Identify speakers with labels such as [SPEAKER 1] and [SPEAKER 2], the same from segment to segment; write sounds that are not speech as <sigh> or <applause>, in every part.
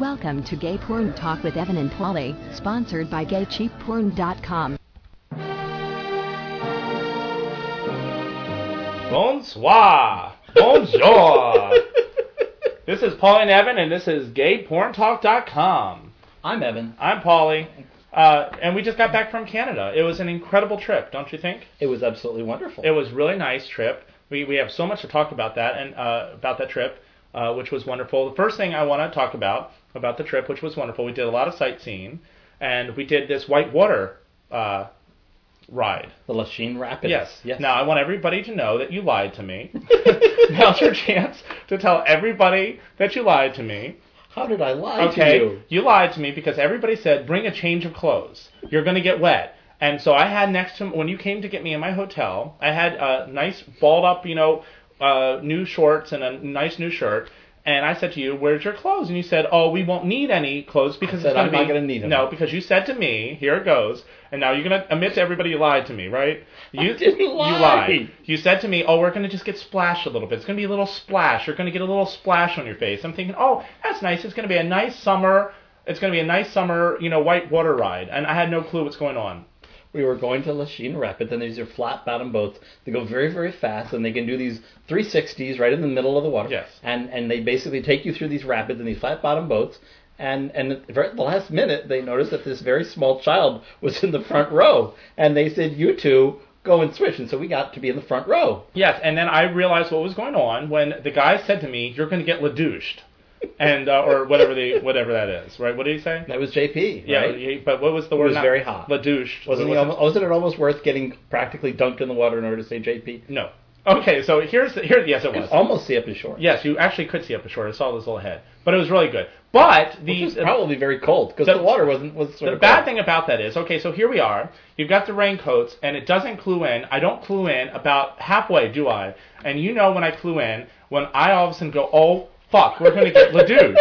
[SPEAKER 1] Welcome to Gay Porn Talk with Evan and Polly, sponsored by GayCheapPorn.com.
[SPEAKER 2] Bonsoir.
[SPEAKER 3] <laughs>
[SPEAKER 2] Bonjour. this is Paul and Evan, and this is GayPornTalk.com.
[SPEAKER 3] I'm Evan.
[SPEAKER 2] I'm Polly. Uh, and we just got back from Canada. It was an incredible trip, don't you think?
[SPEAKER 3] It was absolutely wonderful.
[SPEAKER 2] It was really nice trip. We we have so much to talk about that and uh, about that trip, uh, which was wonderful. The first thing I want to talk about about the trip, which was wonderful, we did a lot of sightseeing, and we did this white water uh, ride.
[SPEAKER 3] the Lachine Rapids.
[SPEAKER 2] Yes.
[SPEAKER 3] Yes. <laughs>
[SPEAKER 2] Now I want everybody to know that you lied to me. Now's your chance to tell everybody that you lied to me.
[SPEAKER 3] How did I lie
[SPEAKER 2] Okay.
[SPEAKER 3] to you?
[SPEAKER 2] lied to me because everybody said bring a change of clothes. You're going to get wet. And so I had next to when you came to get me in my hotel, I had a nice balled up, you know, uh, new shorts and a nice new shirt. And I said to you, "Where's your clothes?" And you said, "Oh, we won't need any clothes because
[SPEAKER 3] said,
[SPEAKER 2] it's gonna
[SPEAKER 3] "I'm not
[SPEAKER 2] be-
[SPEAKER 3] gonna need 'em."
[SPEAKER 2] No, because you said to me, "Here it goes," and now you're gonna admit to everybody you lied to me, right? You
[SPEAKER 3] <laughs> didn't
[SPEAKER 2] you
[SPEAKER 3] lie.
[SPEAKER 2] lied. You said to me, "Oh, we're gonna just get splashed a little bit. It's gonna be a little splash. You're gonna get a little splash on your face." I'm thinking, "Oh, that's nice. It's gonna be a nice summer. It's gonna be a nice summer, you know, white water ride." And I had no clue what's going on.
[SPEAKER 3] We were going to Lachine Rapids, and these are flat bottom boats. They go very, very fast, and they can do these 360s right in the middle of the water.
[SPEAKER 2] Yes.
[SPEAKER 3] And and they basically take you through these rapids in these flat bottom boats. And and at the very- the last minute, they noticed that this very small child was in the front row, and they said, "You two go and switch." And so we got to be in the front row.
[SPEAKER 2] Yes, and then I realized what was going on when the guy said to me, "You're gonna get ladouched," and uh, or whatever the whatever that is, right? What did he say?
[SPEAKER 3] That was JP.
[SPEAKER 2] Yeah,
[SPEAKER 3] right?
[SPEAKER 2] he- but what was the word?
[SPEAKER 3] was
[SPEAKER 2] Not-
[SPEAKER 3] very hot.
[SPEAKER 2] Ladouche.
[SPEAKER 3] Wasn't,
[SPEAKER 2] Was
[SPEAKER 3] he
[SPEAKER 2] it-
[SPEAKER 3] almost, wasn't it almost worth getting practically dunked in the water in order to say JP?
[SPEAKER 2] No. Okay, so here's the, here. Yes, it
[SPEAKER 3] You could
[SPEAKER 2] was.
[SPEAKER 3] almost see up his shore.
[SPEAKER 2] Yes, you actually could see up the shore. I saw this little head, but it was really good. But
[SPEAKER 3] Which
[SPEAKER 2] the
[SPEAKER 3] was probably very cold because
[SPEAKER 2] the-
[SPEAKER 3] the, water wasn't was sort
[SPEAKER 2] the
[SPEAKER 3] of
[SPEAKER 2] bad
[SPEAKER 3] cold.
[SPEAKER 2] thing about that is, okay, so here we are. You've got the raincoats, and it doesn't clue in. I don't clue in about halfway, do I? And you know when I clue in, when I all of a sudden go, oh fuck, we're gonna get
[SPEAKER 3] <laughs>
[SPEAKER 2] ladouched.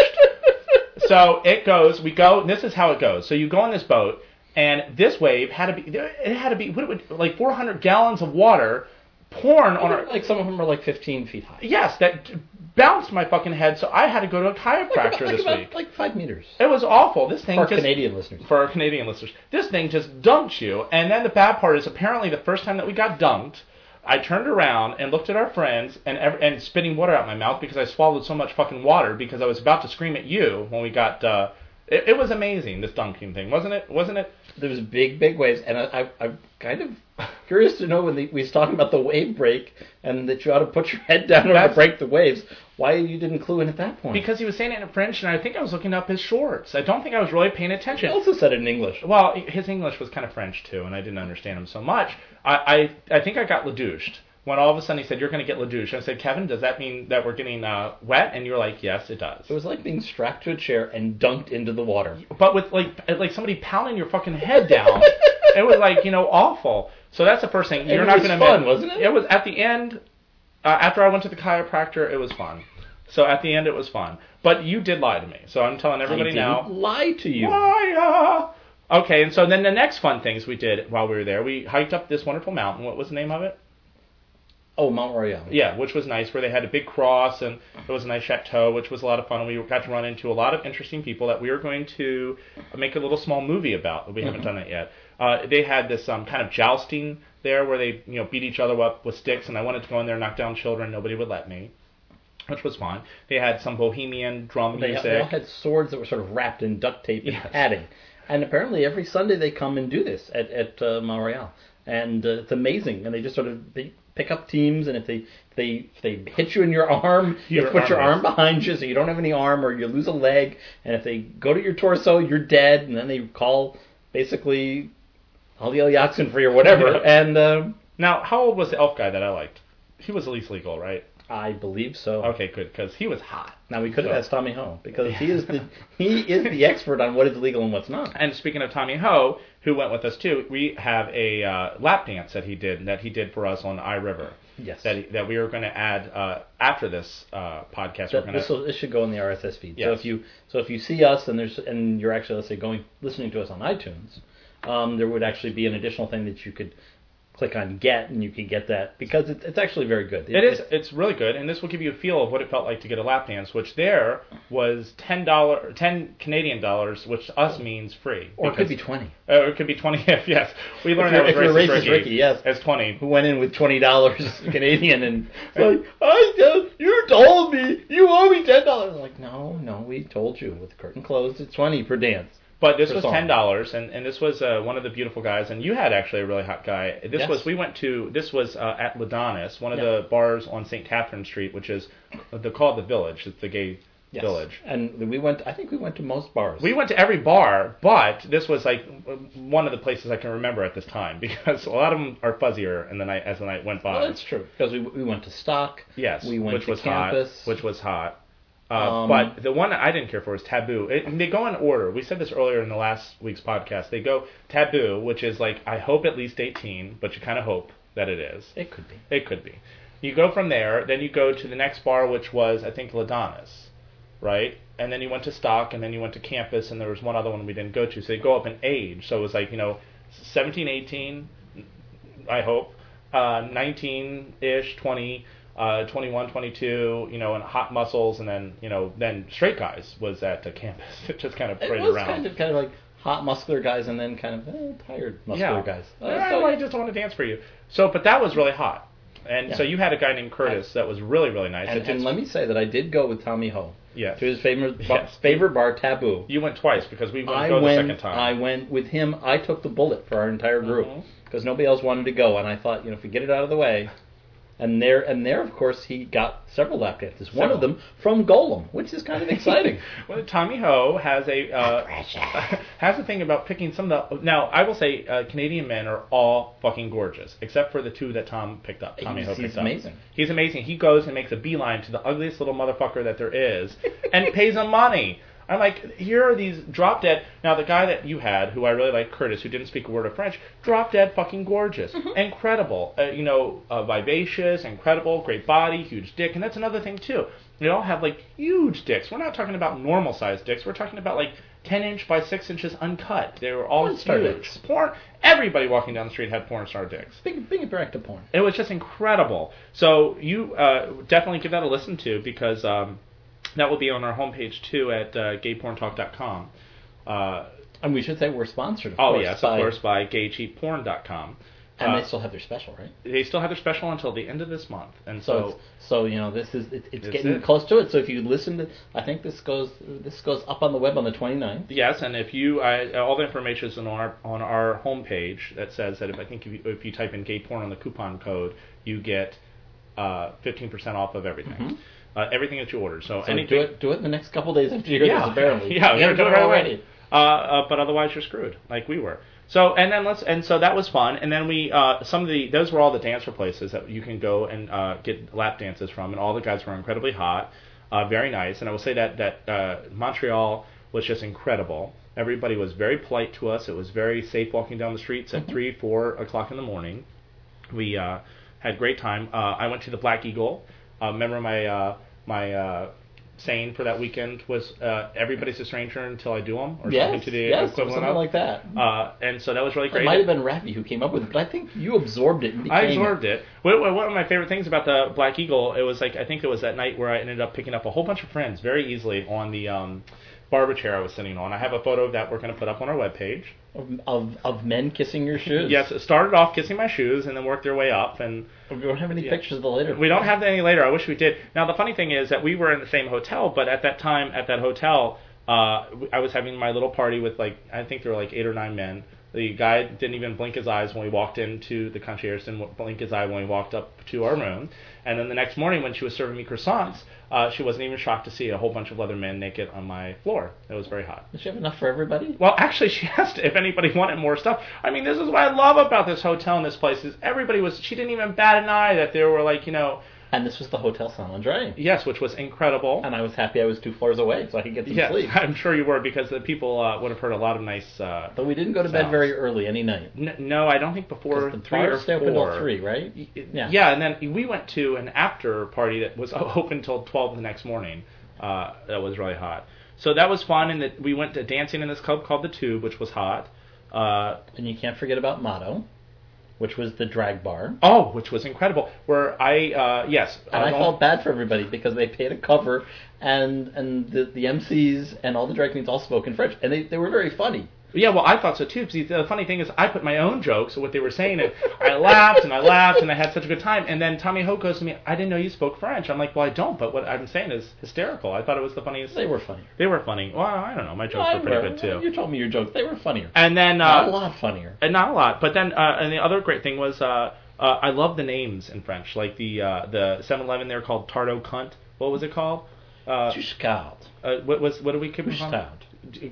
[SPEAKER 2] so it goes. We go. And this is how it goes. So you go on this boat, and this wave had to be. It had to be what it would like 400 gallons of water pouring on our
[SPEAKER 3] Like some of them are like 15 feet high.
[SPEAKER 2] Yes, that bounced my fucking head, so I had to go to a chiropractor
[SPEAKER 3] like
[SPEAKER 2] this
[SPEAKER 3] about,
[SPEAKER 2] week.
[SPEAKER 3] Like five meters.
[SPEAKER 2] It was awful. This thing
[SPEAKER 3] For our
[SPEAKER 2] just
[SPEAKER 3] Canadian listeners.
[SPEAKER 2] for our Canadian listeners, this thing just dumped you. And then the bad part is, apparently, the first time that we got dumped, I turned around and looked at our friends and ev- and spitting water out my mouth because I swallowed so much fucking water because I was about to scream at you when we got. Uh, it, it was amazing this dunking thing, wasn't it? Wasn't it?
[SPEAKER 3] There was big, big waves, and I, I, I'm kind of curious to know when the, we was talking about the wave break and that you ought to put your head down or
[SPEAKER 2] That's-
[SPEAKER 3] to break the waves. Why you didn't clue in at that point?
[SPEAKER 2] Because he was saying it in French, and I think I was looking up his shorts. I don't think I was really paying
[SPEAKER 3] he
[SPEAKER 2] attention.
[SPEAKER 3] also said it in English.
[SPEAKER 2] Well, his English was kind of French too, and I didn't understand him so much. I I, I think I got ladouched when all of a sudden he said, "You're going to get ladouched." I said, "Kevin, does that mean that we're getting uh, wet?" And you were like, "Yes, it does."
[SPEAKER 3] It was like being strapped to a chair and dunked into the water.
[SPEAKER 2] but with like like somebody pounding your fucking head
[SPEAKER 3] <laughs>
[SPEAKER 2] down, it was like you know awful. So that's the first thing. You're not
[SPEAKER 3] was
[SPEAKER 2] going to
[SPEAKER 3] fun, wasn't it?
[SPEAKER 2] It was at the end. Uh, after I went to the chiropractor, it was fun. So at the end, it was fun. But you did lie to me. So I'm telling everybody
[SPEAKER 3] I didn't
[SPEAKER 2] now.
[SPEAKER 3] lie to you.
[SPEAKER 2] Liar! Okay, and so then the next fun things we did while we were there, we hiked up this wonderful mountain. What was the name of it?
[SPEAKER 3] Oh, Mount Royal.
[SPEAKER 2] Yeah, which was nice, where they had a big cross and it was a nice chateau, which was a lot of fun. And we got to run into a lot of interesting people that we are going to make a little small movie about. We
[SPEAKER 3] Mm-hmm.
[SPEAKER 2] haven't done it yet. Uh, they had this um, kind of jousting there, where they you know beat each other up with sticks, and I wanted to go in there and knock down children. Nobody would let me, which was fun. They had some bohemian drum
[SPEAKER 3] They,
[SPEAKER 2] music.
[SPEAKER 3] they all had swords that were sort of wrapped in duct tape and
[SPEAKER 2] Yes.
[SPEAKER 3] padding. And apparently every Sunday they come and do this at, at uh, Montreal. And uh, it's amazing. And they just sort of they pick up teams, and if they if they if they hit you in your
[SPEAKER 2] <laughs>
[SPEAKER 3] arm,
[SPEAKER 2] Your
[SPEAKER 3] you put your
[SPEAKER 2] arm
[SPEAKER 3] arm
[SPEAKER 2] is-
[SPEAKER 3] behind you, so you don't have any arm, or you lose a leg. And if they go to your torso, you're dead. And then they call basically all the Eliaxin for you or whatever.
[SPEAKER 2] Yeah.
[SPEAKER 3] And uh,
[SPEAKER 2] Now, how old was the elf guy that I liked? He was at least legal, right?
[SPEAKER 3] I believe so.
[SPEAKER 2] Okay, good, because he was hot.
[SPEAKER 3] Now we could have
[SPEAKER 2] So-
[SPEAKER 3] asked Tommy Ho because he is <laughs> the he is the expert on what is legal and what's not.
[SPEAKER 2] And speaking of Tommy Ho, who went with us too, we have a uh, lap dance that he did that he did for us on I River.
[SPEAKER 3] Yes.
[SPEAKER 2] That that we are going to add uh, after this uh, podcast.
[SPEAKER 3] That-
[SPEAKER 2] we're
[SPEAKER 3] this,
[SPEAKER 2] going
[SPEAKER 3] will, this should go in the RSS feed. So
[SPEAKER 2] Yes.
[SPEAKER 3] if you so if you see us and there's and you're actually let's say going listening to us on iTunes, um, there would actually be an additional thing that you could click on get, and you can get that because it's, it's actually very good.
[SPEAKER 2] It is. It's really good, and this will give you a feel of what it felt like to get a lap dance, which there was ten dollar, ten Canadian dollars, which to us means free.
[SPEAKER 3] or it could be
[SPEAKER 2] because-
[SPEAKER 3] twenty.
[SPEAKER 2] uh, it could be twenty. <laughs> If yes, we learned
[SPEAKER 3] you're-
[SPEAKER 2] that was
[SPEAKER 3] if
[SPEAKER 2] racist,
[SPEAKER 3] you're racist
[SPEAKER 2] Ricky,
[SPEAKER 3] Ricky, yes.
[SPEAKER 2] as twenty.
[SPEAKER 3] <laughs> Who went in with twenty <laughs> dollars Canadian and it's like I just you told me you owe me ten dollars. Like no, no, we told you with the curtain closed, it's twenty per dance.
[SPEAKER 2] But this
[SPEAKER 3] per
[SPEAKER 2] was
[SPEAKER 3] song.
[SPEAKER 2] ten dollars, and, and this was uh, one of the beautiful guys, and you had actually a really hot guy. This
[SPEAKER 3] Yes.
[SPEAKER 2] was we went to this was uh, at Ladonis, one of
[SPEAKER 3] Yeah.
[SPEAKER 2] the bars on St. Catherine Street, which is uh, the called the Village. It's the gay
[SPEAKER 3] Yes.
[SPEAKER 2] village.
[SPEAKER 3] And we went. I think we went to most bars. Uh,
[SPEAKER 2] We went to every bar, but this was like one of the places I can remember at this time <laughs> because a lot of them are fuzzier, and the night as the night went by.
[SPEAKER 3] Well, that's true because we, we went to stock.
[SPEAKER 2] Yes,
[SPEAKER 3] we went
[SPEAKER 2] which
[SPEAKER 3] to
[SPEAKER 2] was
[SPEAKER 3] campus.
[SPEAKER 2] hot, which was hot. Uh,
[SPEAKER 3] Um,
[SPEAKER 2] but the one I didn't care for was Taboo. It, and they go in order. We said this earlier in the last week's podcast. They go Taboo, which is like I hope at least eighteen, but you kind of hope that it is.
[SPEAKER 3] it could be.
[SPEAKER 2] It could be. You go from there, then you go to the next bar, which was I think Ladonis, right? And then you went to Stock, and then you went to Campus, and there was one other one we didn't go to. So they go up in age. So it was like you know, 17, 18, I hope, uh, 19 ish, 20, uh, 21, 22, you know, and hot muscles, and then you know, then straight guys was at uh, Campus. <laughs> It just kind of
[SPEAKER 3] It
[SPEAKER 2] played
[SPEAKER 3] was
[SPEAKER 2] around.
[SPEAKER 3] kind of kind of like hot muscular guys and then kind of eh, tired muscular guys. Uh,
[SPEAKER 2] Yeah,
[SPEAKER 3] so-
[SPEAKER 2] well, I just want to dance for you. So, but that was really hot. And
[SPEAKER 3] Yeah.
[SPEAKER 2] so you had a guy named Curtis that was really, really nice.
[SPEAKER 3] and,
[SPEAKER 2] It did-
[SPEAKER 3] and let me say that I did go with Tommy Ho
[SPEAKER 2] Yes.
[SPEAKER 3] to his
[SPEAKER 2] <laughs>
[SPEAKER 3] favorite bar,
[SPEAKER 2] Yes.
[SPEAKER 3] favorite bar Taboo.
[SPEAKER 2] you went twice because we wouldn't
[SPEAKER 3] I
[SPEAKER 2] go the
[SPEAKER 3] went.
[SPEAKER 2] second time.
[SPEAKER 3] I went with him. I took the bullet for our entire group
[SPEAKER 2] Mhm.
[SPEAKER 3] because nobody else wanted to go, and I thought, you know, if we get it out of the way. And there, and there, of course, he got several lap dances. One of
[SPEAKER 2] Several.
[SPEAKER 3] them from Golem, which is kind of exciting.
[SPEAKER 2] <laughs>
[SPEAKER 3] <laughs>
[SPEAKER 2] Well, Tommy Ho has a uh, <laughs> has a thing about picking some of the. Now, I will say, uh, Canadian men are all fucking gorgeous, except for the two that Tom picked up. Tommy
[SPEAKER 3] He's-
[SPEAKER 2] Ho picked
[SPEAKER 3] he's
[SPEAKER 2] up.
[SPEAKER 3] amazing.
[SPEAKER 2] He's amazing. He goes and makes a beeline to the ugliest little motherfucker that there is, and pays him money. I'm like, here are these drop dead. Now, the guy that you had, who I really like, Curtis, who didn't speak a word of French, drop dead fucking gorgeous. Incredible. Uh, you know, uh, vivacious, incredible, great body, huge dick. And that's another thing, too. They all have, like, huge dicks. We're not talking about normal sized dicks. We're talking about, like, 10 inch by 6 inches uncut. They were all
[SPEAKER 3] Porn star
[SPEAKER 2] huge.
[SPEAKER 3] dicks.
[SPEAKER 2] Porn. Everybody walking down the street had porn star dicks.
[SPEAKER 3] Big, big back to porn.
[SPEAKER 2] It was just incredible. So you uh, definitely give that a listen to because um, that will be on our homepage too at uh, gayporntalk.com. Uh,
[SPEAKER 3] And we should say we're sponsored. Of
[SPEAKER 2] oh
[SPEAKER 3] course,
[SPEAKER 2] yes,
[SPEAKER 3] by-
[SPEAKER 2] of course by gaycheapporn.com.
[SPEAKER 3] And
[SPEAKER 2] Uh,
[SPEAKER 3] they still have their special, right?
[SPEAKER 2] they still have their special until the end of this month, and
[SPEAKER 3] So,
[SPEAKER 2] so,
[SPEAKER 3] it's, so you know, this is it's, it's
[SPEAKER 2] That's
[SPEAKER 3] getting
[SPEAKER 2] it.
[SPEAKER 3] close to it. So if you listen to, I think this goes this goes up on the web on the 29th.
[SPEAKER 2] yes, and if you I, all the information is on our on our homepage that says that if I think if you, if you type in gay porn on the coupon code, you get uh, fifteen percent off of everything, uh, everything that you order. So,
[SPEAKER 3] Mm-hmm. So
[SPEAKER 2] anything.
[SPEAKER 3] do it do it in the next couple days after <laughs> you hear this.
[SPEAKER 2] <laughs>
[SPEAKER 3] Apparently,
[SPEAKER 2] Yeah,
[SPEAKER 3] You
[SPEAKER 2] you're
[SPEAKER 3] haven't done
[SPEAKER 2] doing
[SPEAKER 3] it
[SPEAKER 2] right
[SPEAKER 3] already.
[SPEAKER 2] away. Uh, uh, but otherwise, you're screwed, like we were. So and then let's and so that was fun. And then we uh, some of the those were all the dancer places that you can go and uh, get lap dances from, and all the guys were incredibly hot, uh, very nice. And I will say that that uh, Montreal was just incredible. Everybody was very polite to us. It was very safe walking down the streets at three, four o'clock in the morning. We uh, had a great time. Uh, I went to the Black Eagle. Uh, remember my uh, my uh, saying for that weekend was uh, everybody's a stranger until I do them, or something
[SPEAKER 3] Yes,
[SPEAKER 2] to the
[SPEAKER 3] yes, or
[SPEAKER 2] equivalent
[SPEAKER 3] something
[SPEAKER 2] of.
[SPEAKER 3] like that.
[SPEAKER 2] Uh, and so that was really
[SPEAKER 3] It
[SPEAKER 2] great.
[SPEAKER 3] might have been Rappy who came up with it, but I think you absorbed it. And became
[SPEAKER 2] I absorbed it. One one- one of my favorite things about the Black Eagle, it was like I think it was that night where I ended up picking up a whole bunch of friends very easily on the um, barber chair I was sitting on. I have a photo of that we're going to put up on our webpage.
[SPEAKER 3] of, of of men kissing your shoes.
[SPEAKER 2] Yes, it started off kissing my shoes and then worked their way up and.
[SPEAKER 3] we don't have any pictures of the later.
[SPEAKER 2] We don't have any later. I wish we did. Now the funny thing is that we were in the same hotel, but at that time at that hotel, uh, I was having my little party with like I think there were like eight or nine men. The guy didn't even blink his eyes when we walked into the concierge, didn't blink his eye when we walked up to our room. And then the next morning when she was serving me croissants, uh, she wasn't even shocked to see a whole bunch of other men naked on my floor. It was very hot.
[SPEAKER 3] Does she have enough for everybody?
[SPEAKER 2] Well, actually, <laughs> she asked if anybody wanted more stuff. I mean, this is what I love about this hotel and this place is everybody was. She didn't even bat an eye that there were like you know
[SPEAKER 3] And this was the Hotel San André.
[SPEAKER 2] Yes, which was incredible.
[SPEAKER 3] And I was happy I was two floors away, so I could get some
[SPEAKER 2] yes, <laughs>
[SPEAKER 3] sleep.
[SPEAKER 2] I'm sure you were because the people uh, would have heard a lot of nice. Uh,
[SPEAKER 3] But we didn't go to bed
[SPEAKER 2] Sounds.
[SPEAKER 3] very early any night.
[SPEAKER 2] n- no, I don't think before
[SPEAKER 3] the
[SPEAKER 2] three or
[SPEAKER 3] bars stay open till
[SPEAKER 2] four.
[SPEAKER 3] three, right?
[SPEAKER 2] Yeah. and then we went to an after party that was <laughs> open till twelve the next morning. Uh, that was really hot. So that was fun, and that we went to dancing in this club called the Tube, which was hot. Uh,
[SPEAKER 3] And you can't forget about Motto.
[SPEAKER 4] which was the drag bar.
[SPEAKER 2] Oh, which was incredible. Where I, uh, yes,
[SPEAKER 4] And I
[SPEAKER 2] don't-
[SPEAKER 4] felt bad for everybody because they paid a cover, and and the, the MCs and all the drag queens all spoke in French, and they, they were very funny.
[SPEAKER 2] Yeah, well, I thought so too. See, the funny thing is, I put my own jokes of what they were saying, and I laughed and I laughed and I had such a good time. And then Tommy Ho goes to me, "I didn't know you spoke French." I'm like, "Well, I don't, but what I'm saying is hysterical." I thought it was the funniest.
[SPEAKER 4] They were funny.
[SPEAKER 2] They were funny. Well, I don't know. My jokes
[SPEAKER 4] I
[SPEAKER 2] were pretty
[SPEAKER 4] remember.
[SPEAKER 2] good too.
[SPEAKER 4] You told me your jokes. They were funnier.
[SPEAKER 2] And then
[SPEAKER 4] Not a
[SPEAKER 2] uh,
[SPEAKER 4] lot funnier.
[SPEAKER 2] and not a lot. But then uh, and the other great thing was uh, uh, I love the names in French, like the uh, the 7-Eleven. They're called Tardo Cunt. What was it called? Uh,
[SPEAKER 4] Too scowled.
[SPEAKER 2] uh, what was what did we keep
[SPEAKER 4] Couche-tard.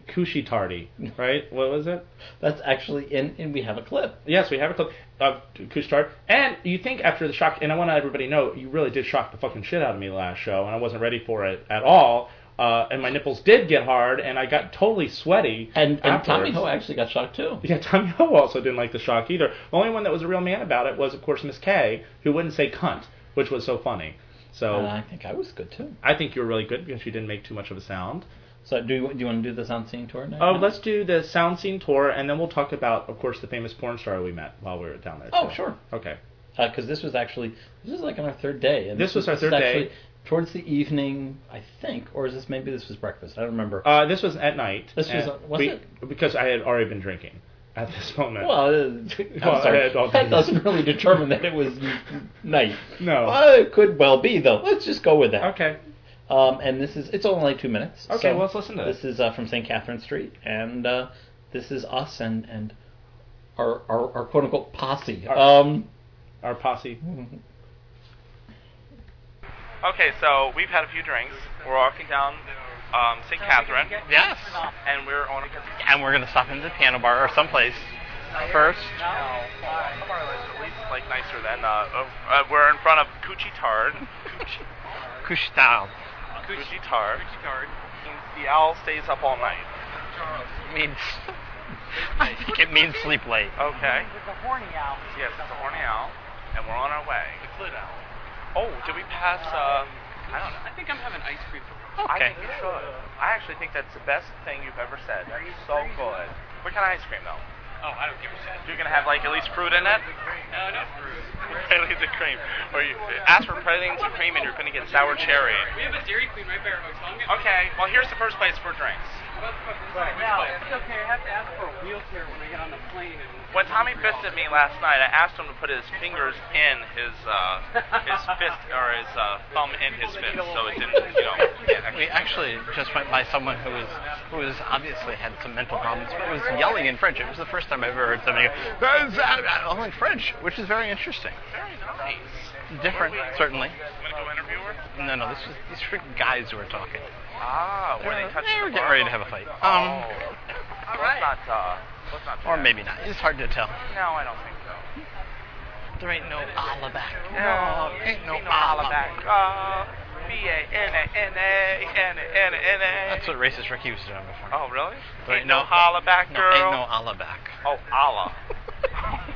[SPEAKER 2] Cushy Tardy, right? What was it?
[SPEAKER 4] That's actually in, and we have a clip.
[SPEAKER 2] Yes, we have a clip of Couche-Tard. And you think after the shock, and I want to let everybody know, you really did shock the fucking shit out of me last show, and I wasn't ready for it at all. Uh, and my nipples did get hard, and I got totally sweaty.
[SPEAKER 4] And, and Tommy
[SPEAKER 2] afterwards.
[SPEAKER 4] Ho actually got shocked too.
[SPEAKER 2] Yeah, Tommy Ho also didn't like the shock either. The only one that was a real man about it was, of course, Miss K, who wouldn't say cunt, which was so funny. So
[SPEAKER 4] And I think I was good too.
[SPEAKER 2] I think you were really good because you didn't make too much of a sound.
[SPEAKER 4] So do you, do you want to do the sound scene tour now?
[SPEAKER 2] Oh, let's do the sound scene tour, and then we'll talk about, of course, the famous porn star we met while we were down there.
[SPEAKER 4] Oh,
[SPEAKER 2] too.
[SPEAKER 4] sure.
[SPEAKER 2] Okay.
[SPEAKER 4] Because Uh, this was actually this was like on our third day. And
[SPEAKER 2] This was our
[SPEAKER 4] is
[SPEAKER 2] third
[SPEAKER 4] actually
[SPEAKER 2] day.
[SPEAKER 4] Towards the evening, I think, or is this maybe this was breakfast? I don't remember.
[SPEAKER 2] Uh, this was at night.
[SPEAKER 4] This was- uh,
[SPEAKER 2] and
[SPEAKER 4] was
[SPEAKER 2] we-
[SPEAKER 4] it?
[SPEAKER 2] Because I had already been drinking <laughs> at this moment.
[SPEAKER 4] well, uh, I'm
[SPEAKER 2] Well,
[SPEAKER 4] sorry.
[SPEAKER 2] I had all
[SPEAKER 4] that
[SPEAKER 2] the-
[SPEAKER 4] doesn't really determine that it was night.
[SPEAKER 2] No.
[SPEAKER 4] Well, it could well be though. Let's just go with that.
[SPEAKER 2] okay.
[SPEAKER 4] Um, and this is it's only two minutes.
[SPEAKER 2] Okay, well, let's listen to
[SPEAKER 4] this. This is uh, from St. Catherine Street, and uh, this is us and and our our, our quote unquote posse.
[SPEAKER 2] Our-
[SPEAKER 4] um,
[SPEAKER 2] Our posse. Okay, so we've had a few drinks. We're walking down um, St. Catherine.
[SPEAKER 3] Yes.
[SPEAKER 2] And we're on
[SPEAKER 3] And we're gonna stop into the piano bar or someplace first. <laughs>
[SPEAKER 2] at least like nicer than. Uh, uh, we're in front of Coochie Tard.
[SPEAKER 3] Kushtal.
[SPEAKER 2] Coochie Tard. The owl stays up all night.
[SPEAKER 3] Means <laughs> I think it means sleep late.
[SPEAKER 2] Okay. It's a horny owl. Yes, it's a horny owl, and we're on our way. The clit owl. Oh, did we pass? Uh, I don't know.
[SPEAKER 5] I think I'm having ice cream for
[SPEAKER 2] I
[SPEAKER 3] Okay.
[SPEAKER 2] think you should. Uh, I actually think that's the best thing you've ever said. That's so good. What kind of ice cream though?
[SPEAKER 5] Oh, I don't give a shit.
[SPEAKER 2] You're gonna have like at least fruit in it.
[SPEAKER 5] No, no fruit.
[SPEAKER 2] Praline and cream, or you ask for pralines and cream, and you're gonna get sour cherry.
[SPEAKER 5] We have a Dairy Queen right by our hotel. I'm gonna-
[SPEAKER 2] Okay. Well, here's the first place for drinks.
[SPEAKER 5] Right now, it's okay. I have to ask for a wheelchair when I get on the plane. And
[SPEAKER 2] When Tommy fisted me last night, I asked him to put his fingers in his uh, his <laughs> fist or his uh, thumb in his fist, so it didn't, you know. <laughs> Yeah,
[SPEAKER 3] We actually just went by someone who was who was obviously had some mental problems, but was yelling in French. It was the first time I've ever heard somebody go "That's, uh, all in French, which is very interesting.
[SPEAKER 2] very nice.
[SPEAKER 3] Different, certainly.
[SPEAKER 2] Want to go interview her?
[SPEAKER 3] No, no, this was these were guys who were talking.
[SPEAKER 2] Ah, were they
[SPEAKER 3] Uh,
[SPEAKER 2] touching?
[SPEAKER 3] they were
[SPEAKER 2] the
[SPEAKER 3] getting
[SPEAKER 2] bar?
[SPEAKER 3] ready to have a fight.
[SPEAKER 2] Oh.
[SPEAKER 3] Um,
[SPEAKER 2] Let's
[SPEAKER 3] right.
[SPEAKER 2] not. Uh, let's not. do
[SPEAKER 3] Or
[SPEAKER 2] that.
[SPEAKER 3] maybe not. It's hard to tell.
[SPEAKER 2] No, I don't think so.
[SPEAKER 3] There ain't no Allah back. No, ain't no
[SPEAKER 2] Be
[SPEAKER 3] Allah
[SPEAKER 2] back.
[SPEAKER 3] back.
[SPEAKER 2] Uh, B a n a n a n a n a n a.
[SPEAKER 3] That's what racist Ricky was doing before.
[SPEAKER 2] Oh, really?
[SPEAKER 3] There
[SPEAKER 2] ain't no holla back,
[SPEAKER 3] no,
[SPEAKER 2] girl.
[SPEAKER 3] Ain't no Allah back.
[SPEAKER 2] Oh, Allah.
[SPEAKER 3] <laughs> Oh.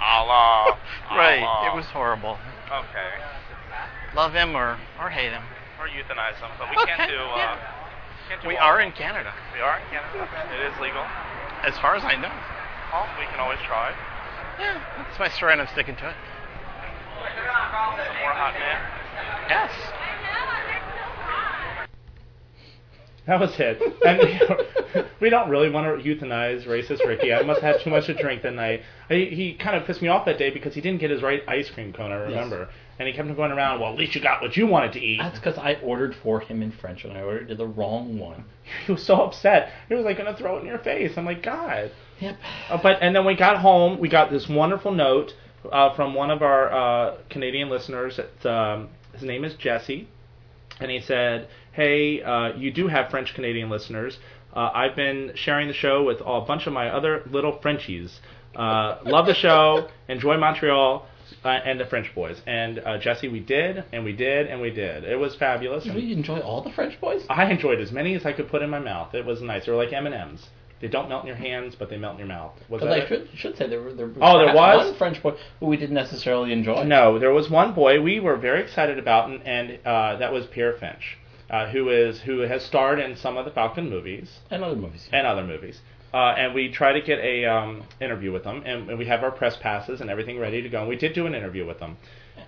[SPEAKER 2] Allah.
[SPEAKER 3] Right.
[SPEAKER 2] Allah.
[SPEAKER 3] It was horrible.
[SPEAKER 2] Okay.
[SPEAKER 3] Love him or, or hate him.
[SPEAKER 2] Or euthanize them, but we
[SPEAKER 3] Okay,
[SPEAKER 2] can't do. Uh,
[SPEAKER 3] yeah.
[SPEAKER 2] can't do
[SPEAKER 3] We
[SPEAKER 2] all.
[SPEAKER 3] are in Canada,
[SPEAKER 2] We are in Canada. It is legal.
[SPEAKER 3] as far as I know.
[SPEAKER 2] Oh, we can always try.
[SPEAKER 3] Yeah, that's my story, and I'm sticking to it.
[SPEAKER 2] Some more hot man.
[SPEAKER 3] Yes.
[SPEAKER 2] That was it. And <laughs> we don't really want to euthanize racist Ricky. I must have had too much to drink that night. He, he kind of pissed me off that day because he didn't get his right ice cream cone. I remember, and he kept going around. Well, at least you got what you wanted to eat.
[SPEAKER 4] that's because I ordered for him in French, and I ordered the wrong one.
[SPEAKER 2] He was so upset. He was like going to throw it in your face. I'm like, God.
[SPEAKER 4] Yep.
[SPEAKER 2] Uh, but and then we got home. We got this wonderful note uh, from one of our uh, Canadian listeners. It's, um, his name is Jesse, and he said, "Hey, uh, you do have French Canadian listeners. Uh, I've been sharing the show with a bunch of my other little Frenchies. Uh, love the show. Enjoy Montreal." Uh, and the French boys and uh, Jesse, we did and we did and we did. It was fabulous.
[SPEAKER 4] Did we enjoy all the French boys?
[SPEAKER 2] I enjoyed as many as I could put in my mouth. It was nice. They were like M and M's. They don't melt in your hands, but they melt in your mouth. Was
[SPEAKER 4] Because
[SPEAKER 2] that
[SPEAKER 4] I
[SPEAKER 2] it?
[SPEAKER 4] should, should say there were there
[SPEAKER 2] Oh, there was?
[SPEAKER 4] one French boy who we didn't necessarily enjoy.
[SPEAKER 2] Oh, No, there was one boy we were very excited about, and, and uh, that was Pierre Finch, uh, who is who has starred in some of the Falcon movies
[SPEAKER 4] and other movies.
[SPEAKER 2] and other movies. uh, and we try to get a um, interview with him, and, and we have our press passes and everything ready to go. And we did do an interview with him,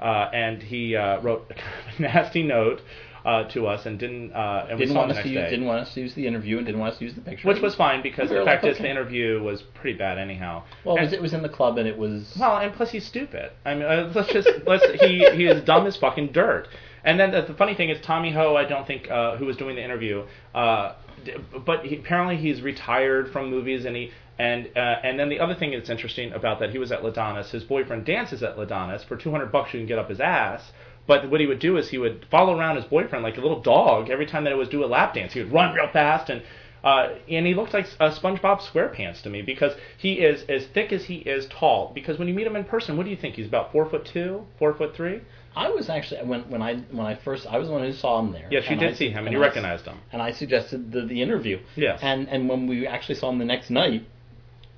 [SPEAKER 2] uh, and he uh, wrote <laughs> a nasty note uh, to us and didn't. Uh, and we
[SPEAKER 4] Didn't
[SPEAKER 2] saw him
[SPEAKER 4] want
[SPEAKER 2] the
[SPEAKER 4] us
[SPEAKER 2] next
[SPEAKER 4] to use,
[SPEAKER 2] day.
[SPEAKER 4] didn't want us to use the interview and didn't want us to use the picture,
[SPEAKER 2] which was fine because
[SPEAKER 4] Really?
[SPEAKER 2] the fact is the
[SPEAKER 4] Okay.
[SPEAKER 2] interview was pretty bad anyhow.
[SPEAKER 4] well, it
[SPEAKER 2] And-
[SPEAKER 4] was, it was in the club and it was
[SPEAKER 2] well, and plus he's stupid. I mean, uh, let's just let's he he is dumb as fucking dirt. And then the, the funny thing is Tommy Ho, I don't think uh, who was doing the interview, uh, d- but he, apparently he's retired from movies and he. And uh, and then the other thing that's interesting about that he was at Ladonis. His boyfriend dances at Ladonis for 200 bucks. You can get up his ass. But what he would do is he would follow around his boyfriend like a little dog. Every time that it was do a lap dance, he would run real fast and uh, and he looked like uh, SpongeBob SquarePants to me because he is as thick as he is tall. Because when you meet him in person, what do you think? He's about four foot two, four foot three.
[SPEAKER 4] I was actually when when I when I first I was the one who saw him there.
[SPEAKER 2] Yes, you
[SPEAKER 4] And
[SPEAKER 2] did
[SPEAKER 4] I-
[SPEAKER 2] see him, and you
[SPEAKER 4] I-
[SPEAKER 2] recognized him.
[SPEAKER 4] And I suggested the, the interview.
[SPEAKER 2] Yes.
[SPEAKER 4] And and when we actually saw him the next night,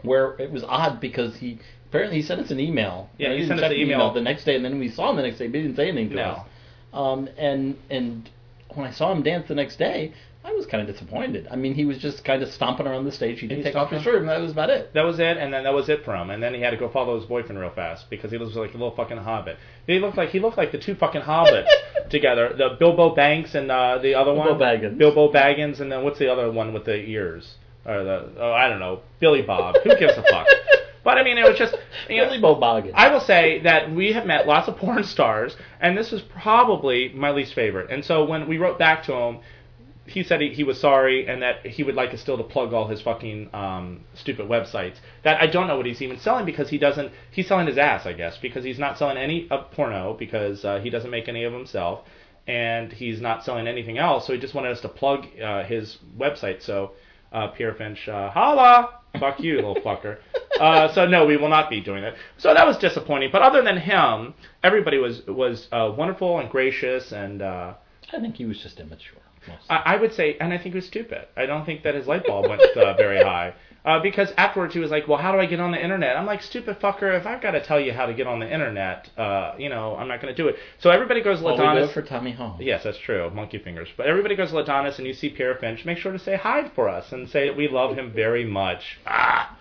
[SPEAKER 4] where it was odd because he apparently he sent us an email.
[SPEAKER 2] Yeah,
[SPEAKER 4] I
[SPEAKER 2] he
[SPEAKER 4] didn't
[SPEAKER 2] sent us
[SPEAKER 4] check
[SPEAKER 2] an
[SPEAKER 4] the
[SPEAKER 2] email.
[SPEAKER 4] the next day, and then we saw him the next day, but he didn't say anything to
[SPEAKER 2] No.
[SPEAKER 4] us. Um, and and when I saw him dance the next day, I was kind of disappointed. I mean, he was just kind of stomping around the stage. He did
[SPEAKER 2] He
[SPEAKER 4] take off his
[SPEAKER 2] stomped
[SPEAKER 4] shirt, and that was about it.
[SPEAKER 2] That was it, and then that was it for him. And then he had to go follow his boyfriend real fast because he was like a little fucking hobbit. He looked like he looked like the two fucking hobbits together, the Bilbo Banks and uh, the other
[SPEAKER 4] Bilbo
[SPEAKER 2] one,
[SPEAKER 4] Baggins.
[SPEAKER 2] Bilbo Baggins, and then what's the other one with the ears? Or the oh, I don't know, Billy Bob. Who gives a fuck? But I mean, it was just you know,
[SPEAKER 4] <laughs> Billy Bo Boggins.
[SPEAKER 2] I will say that we have met lots of porn stars, and this is probably my least favorite. And so when we wrote back to him, he said he, he was sorry and that he would like us still to plug all his fucking um, stupid websites. That I don't know what he's even selling because he doesn't. He's selling his ass, I guess, because he's not selling any of porno because uh, he doesn't make any of himself, and he's not selling anything else. So he just wanted us to plug uh, his website. So uh, Pierre Finch, uh, holla, fuck you, little fucker. Uh, so no, we will not be doing that. So that was disappointing. But other than him, everybody was was uh, wonderful and gracious and. Uh,
[SPEAKER 4] I think he was just immature. mostly.
[SPEAKER 2] I, I would say, and I think he was stupid. I don't think that his light bulb went
[SPEAKER 4] <laughs>
[SPEAKER 2] uh, very high. Uh, because afterwards he was like, "Well, how do I get on the internet?" I'm like, "Stupid fucker! If I've got to tell you how to get on the internet, uh, you know, I'm not going to do it." So everybody goes to
[SPEAKER 4] Well, we
[SPEAKER 2] Ladonis.
[SPEAKER 4] vote for Tommy Hall.
[SPEAKER 2] yes, that's true. Monkey fingers. But everybody goes to Ladonis, and you see Pierre Finch. Make sure to say hi for us and say we love him very much. Ah.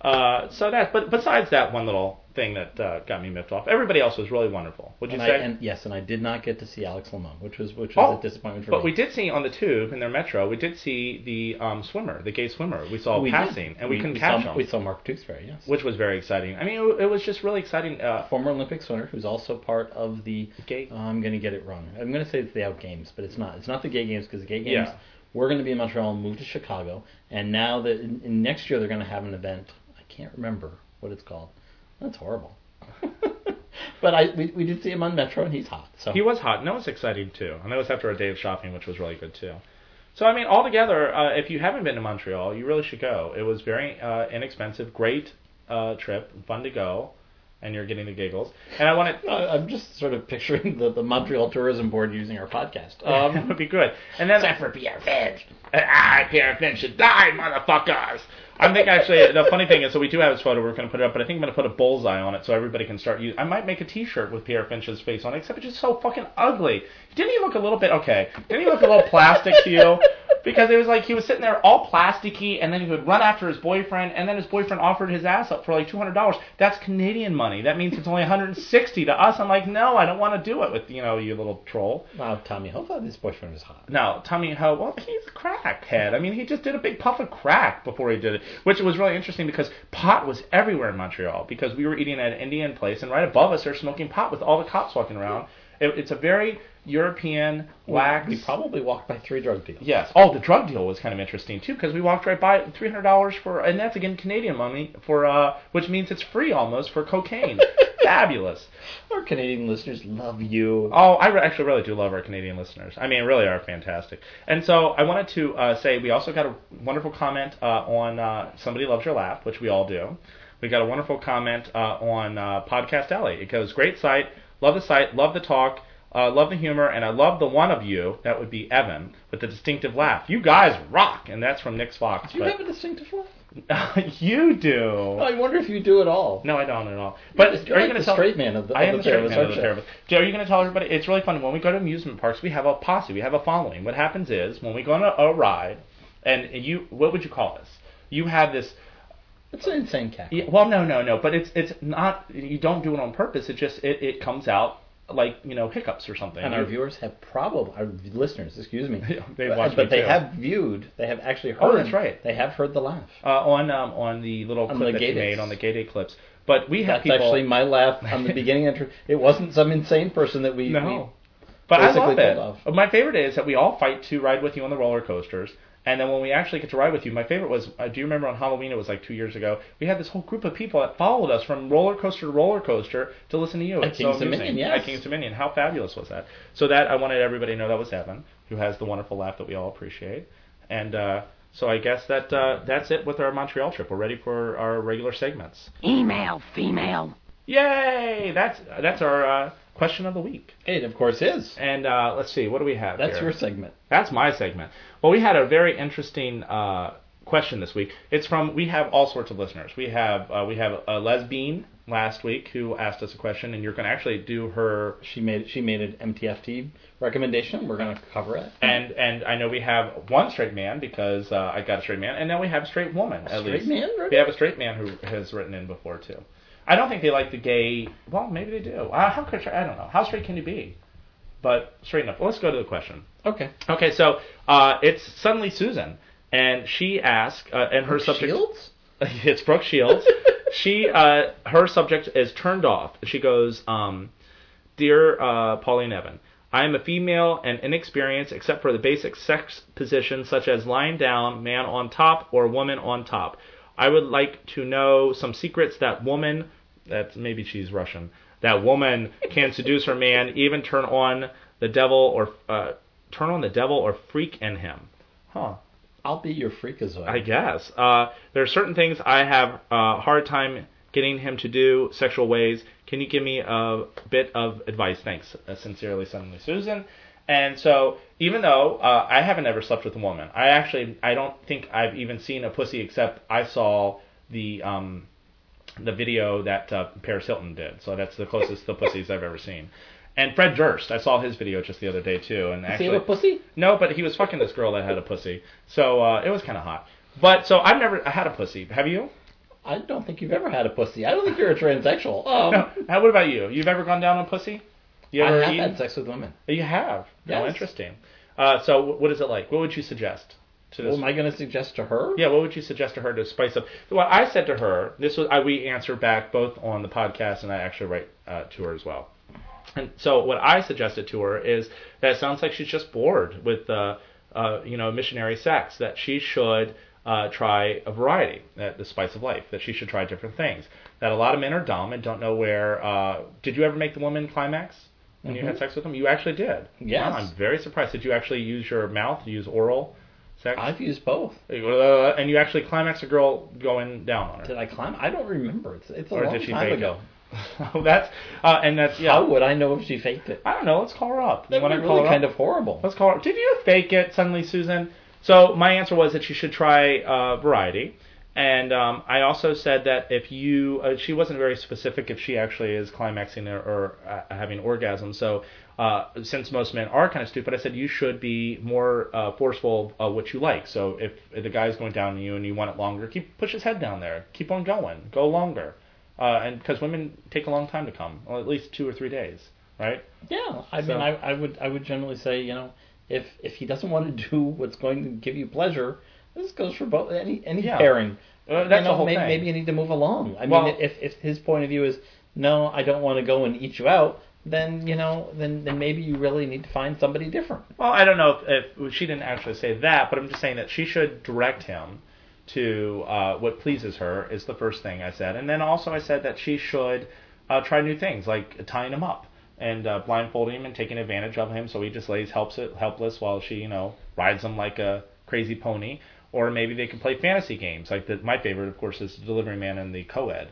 [SPEAKER 2] Uh, so that, but besides that one little thing that uh, got me miffed off, everybody else was really wonderful. Would you
[SPEAKER 4] And I,
[SPEAKER 2] say?
[SPEAKER 4] and yes, and I did not get to see Alex Lemon, which was which was
[SPEAKER 2] Oh,
[SPEAKER 4] a disappointment for
[SPEAKER 2] But we
[SPEAKER 4] me.
[SPEAKER 2] did see on the tube in their metro. We did see the um, swimmer, the gay swimmer. We saw
[SPEAKER 4] did.
[SPEAKER 2] passing, and we, couldn't
[SPEAKER 4] Oh, we
[SPEAKER 2] catch
[SPEAKER 4] saw,
[SPEAKER 2] him,
[SPEAKER 4] We saw Mark Tewksbury, yes,
[SPEAKER 2] which was very exciting. I mean, it, it was just really exciting. Uh,
[SPEAKER 4] former Olympic swimmer who's also part of the.
[SPEAKER 2] Gay-
[SPEAKER 4] Uh, I'm going to get it wrong. I'm going to say it's the Out Games, but it's not. It's not the Gay Games because the Gay Games
[SPEAKER 2] Yeah.
[SPEAKER 4] we're going to be in Montreal and move to Chicago, and now that in, in next year they're going to have an event. I can't remember what it's called. That's horrible. <laughs> but I we, we did see him on Metro, and he's hot. So
[SPEAKER 2] he was hot, and that was exciting too. And that was after a day of shopping, which was really good too. So I mean, altogether, uh, if you haven't been to Montreal, you really should go. It was very uh, inexpensive, great uh, trip, fun to go, and you're getting the giggles. And I wanted.
[SPEAKER 4] I, I'm just sort of picturing the, the Montreal Tourism Board using our podcast.
[SPEAKER 2] Um, <laughs>
[SPEAKER 4] Um,
[SPEAKER 2] it would be good. And then
[SPEAKER 4] Except for Pierre Finch.
[SPEAKER 2] I, Pierre Ah, Finch, should die, motherfuckers. I think actually the funny thing is, so we do have his photo. We're going to put it up, but I think I'm going to put a bullseye on it so everybody can start. Use, I might make a T-shirt with Pierre Finch's face on it, except it's just so fucking ugly. Didn't he look a little bit okay? Didn't he look a little plastic to you? Because it was like he was sitting there all plasticky, and then he would run after his boyfriend, and then his boyfriend offered his ass up for like two hundred dollars. That's Canadian money. That means it's only one hundred and sixty to us. I'm like, no, I don't want to do it with you know you little troll.
[SPEAKER 4] Wow, Tommy, I thought his boyfriend was hot.
[SPEAKER 2] No, Tommy Ho, well, he's a crackhead. I mean, he just did a big puff of crack before he did it, which was really interesting because pot was everywhere in Montreal because we were eating at an Indian place and right above us they're smoking pot with all the cops walking around. It, it's a very European wax.
[SPEAKER 4] We probably walked by three drug deals.
[SPEAKER 2] Yes. Oh, the drug deal was kind of interesting too because we walked right by it, three hundred dollars for, and that's again Canadian money for, uh, which means it's free almost for
[SPEAKER 4] <laughs>
[SPEAKER 2] cocaine. Fabulous.
[SPEAKER 4] Our Canadian listeners love you.
[SPEAKER 2] Oh, I re- actually really do love our Canadian listeners. I mean, really are fantastic. And so I wanted to uh, say we also got a wonderful comment uh, on uh, Somebody Loves Your Laugh, which we all do. We got a wonderful comment uh, on uh, Podcast Alley. It goes, great site, love the site, love the talk, uh, love the humor, and I love the one of you, that would be Evan, with the distinctive laugh. You guys rock! And that's from Nick's Fox.
[SPEAKER 4] Do you have
[SPEAKER 2] but-
[SPEAKER 4] a distinctive laugh?
[SPEAKER 2] <laughs> you do.
[SPEAKER 4] I wonder if you do at all.
[SPEAKER 2] No, I don't at all. But
[SPEAKER 4] You're
[SPEAKER 2] are you
[SPEAKER 4] like
[SPEAKER 2] going to
[SPEAKER 4] the
[SPEAKER 2] tell
[SPEAKER 4] straight man of the-
[SPEAKER 2] I
[SPEAKER 4] of
[SPEAKER 2] am
[SPEAKER 4] the
[SPEAKER 2] the straight
[SPEAKER 4] pair of us,
[SPEAKER 2] man of
[SPEAKER 4] aren't
[SPEAKER 2] the
[SPEAKER 4] you?
[SPEAKER 2] pair of us. Joe, are you going to tell everybody? It's really funny when we go to amusement parks. We have a posse. We have a following. What happens is when we go on a, a ride, and you what would you call this? You had this.
[SPEAKER 4] It's an insane cat.
[SPEAKER 2] yeah, Well, no, no, no. But it's it's not. You don't do it on purpose. It just it, it comes out like you know hiccups or something.
[SPEAKER 4] And our viewers have probably our listeners, excuse me,
[SPEAKER 2] They
[SPEAKER 4] but,
[SPEAKER 2] watch
[SPEAKER 4] but
[SPEAKER 2] me
[SPEAKER 4] they
[SPEAKER 2] too.
[SPEAKER 4] have viewed, they have actually heard.
[SPEAKER 2] Oh, that's right.
[SPEAKER 4] They have heard the laugh.
[SPEAKER 2] uh, on um, on the little
[SPEAKER 4] On
[SPEAKER 2] clip
[SPEAKER 4] the
[SPEAKER 2] that
[SPEAKER 4] Gay
[SPEAKER 2] you
[SPEAKER 4] Days.
[SPEAKER 2] made on the gay day clips. But we have
[SPEAKER 4] That's
[SPEAKER 2] people.
[SPEAKER 4] actually my laugh
[SPEAKER 2] <laughs>
[SPEAKER 4] on the beginning. Intro. It wasn't some insane person that we.
[SPEAKER 2] No. But I
[SPEAKER 4] basically
[SPEAKER 2] love it.
[SPEAKER 4] pulled
[SPEAKER 2] Uh, My favorite is that we all fight to ride with you on the roller coasters. And then when we actually get to ride with you, my favorite was uh, do you remember on Halloween? It was like two years ago. We had this whole group of people that followed us from roller coaster to roller coaster to listen to you.
[SPEAKER 4] At
[SPEAKER 2] It's
[SPEAKER 4] Kings
[SPEAKER 2] so amusing.
[SPEAKER 4] Dominion, yes.
[SPEAKER 2] At Kings Dominion. How fabulous was that? So that I wanted everybody to know that was Evan, who has the wonderful laugh that we all appreciate. And uh, so I guess that uh, that's it with our Montreal trip. We're ready for our regular segments.
[SPEAKER 6] Email female.
[SPEAKER 2] Yay! That's that's our uh, question of the week.
[SPEAKER 4] We, it of course is.
[SPEAKER 2] And uh, let's see, what do we have?
[SPEAKER 4] That's
[SPEAKER 2] here?
[SPEAKER 4] your segment.
[SPEAKER 2] That's my segment. Well, we had a very interesting uh, question this week. It's from we have all sorts of listeners. We have uh, we have a lesbian last week who asked us a question, and you're going to actually do her.
[SPEAKER 4] She made she made an MTFT recommendation. We're gonna cover it.
[SPEAKER 2] And and I know we have one straight man because uh, I got a straight man, and now we have a straight woman. At
[SPEAKER 4] Straight
[SPEAKER 2] least.
[SPEAKER 4] man, right?
[SPEAKER 2] We have a straight man who has written in before too. I don't think they like the gay. Well, maybe they do. Uh, how could I don't know. How straight can you be? But straight enough. Let's go to the question.
[SPEAKER 4] Okay.
[SPEAKER 2] Okay, so uh, it's suddenly Susan, and she asks, uh, and her subject
[SPEAKER 4] Shields.
[SPEAKER 2] <laughs> it's Brooke Shields. she uh, her subject is turned off. She goes, um, "Dear uh, Pauline Evan, I am a female and inexperienced except for the basic sex positions such as lying down, man on top, or woman on top. I would like to know some secrets that woman that maybe she's Russian that woman can seduce her man, even turn on the devil or uh, turn on the devil or freak in him." Huh.
[SPEAKER 4] I'll be your freakazoid.
[SPEAKER 2] I guess. Uh, there are certain things I have a hard time getting him to do sexual ways. Can you give me a bit of advice? Thanks. Uh, sincerely, suddenly Susan. And so, even though uh, I haven't ever slept with a woman, I actually I don't think I've even seen a pussy except I saw the um, the video that uh, Paris Hilton did. So that's the closest the pussies I've ever seen. And Fred Durst, I saw his video just the other day too. And
[SPEAKER 4] See
[SPEAKER 2] actually,
[SPEAKER 4] you a pussy.
[SPEAKER 2] no, but he was fucking this girl that had a pussy, so uh, it was kind of hot. But so I've never had a pussy. Have you?
[SPEAKER 4] I don't think you've ever had a pussy. I don't think you're a transsexual. Um,
[SPEAKER 2] How, Uh, what about you? You've ever gone down on pussy? You
[SPEAKER 4] I
[SPEAKER 2] ever
[SPEAKER 4] have
[SPEAKER 2] eaten?
[SPEAKER 4] had sex with women.
[SPEAKER 2] You have. Oh,
[SPEAKER 4] Yes.
[SPEAKER 2] interesting. Uh, so wh- what is it like? What would you suggest to this?
[SPEAKER 4] Well, am I going to suggest to her?
[SPEAKER 2] yeah, what would you suggest to her to spice up? Well, I said to her, this was I, we answer back both on the podcast and I actually write uh, to her as well. And so what I suggested to her is that it sounds like she's just bored with uh, uh, you know missionary sex. That she should uh, try a variety, that the spice of life. That she should try different things. That a lot of men are dumb and don't know where. Uh, did you ever make the woman climax when you had sex with them? You actually did.
[SPEAKER 4] Mm-hmm. Yes.
[SPEAKER 2] Wow, I'm very surprised. Did you actually use your mouth? Use oral sex?
[SPEAKER 4] I've used both.
[SPEAKER 2] Uh, and you actually climax a girl going down on her.
[SPEAKER 4] Did I climb? I don't remember. It's, it's a
[SPEAKER 2] Or
[SPEAKER 4] long
[SPEAKER 2] did she
[SPEAKER 4] time
[SPEAKER 2] fake
[SPEAKER 4] ago.
[SPEAKER 2] <laughs> Oh, that's uh, and that's yeah.
[SPEAKER 4] How would I know if she faked it?
[SPEAKER 2] I don't know. Let's call her up.
[SPEAKER 4] That
[SPEAKER 2] You
[SPEAKER 4] would
[SPEAKER 2] want
[SPEAKER 4] be
[SPEAKER 2] to
[SPEAKER 4] really
[SPEAKER 2] call her
[SPEAKER 4] kind
[SPEAKER 2] up?
[SPEAKER 4] of horrible.
[SPEAKER 2] Let's call her. Did you fake it suddenly, Susan? So my answer was that she should try uh, variety, and um, I also said that if you, uh, she wasn't very specific if she actually is climaxing or, or uh, having orgasm. So uh, since most men are kind of stupid, I said you should be more uh, forceful of uh, what you like. So if the guy's going down on you and you want it longer, keep push his head down there. Keep on going. Go longer. Uh, and because women take a long time to come, well, at least two or three days, right?
[SPEAKER 4] Yeah, I
[SPEAKER 2] So-
[SPEAKER 4] mean, I, I would I would generally say, you know, if if he doesn't want to do what's going to give you pleasure, this goes for both any any
[SPEAKER 2] Yeah.
[SPEAKER 4] pairing.
[SPEAKER 2] Uh,
[SPEAKER 4] You
[SPEAKER 2] that's
[SPEAKER 4] know,
[SPEAKER 2] the whole
[SPEAKER 4] may- maybe,
[SPEAKER 2] thing.
[SPEAKER 4] you need to move along. I
[SPEAKER 2] Well-
[SPEAKER 4] mean, if if his point of view is no, I don't want to go and eat you out, then you know, then then maybe you really need to find somebody different.
[SPEAKER 2] Well, I don't know if, if she didn't actually say that, but I'm just saying that she should direct him to uh, what pleases her is the first thing I said, and then also I said that she should uh, try new things like tying him up and uh, blindfolding him and taking advantage of him, so he just lays helps helpless while she you know rides him like a crazy pony, or maybe they can play fantasy games like the, my favorite, of course, is Delivery Man and the co-ed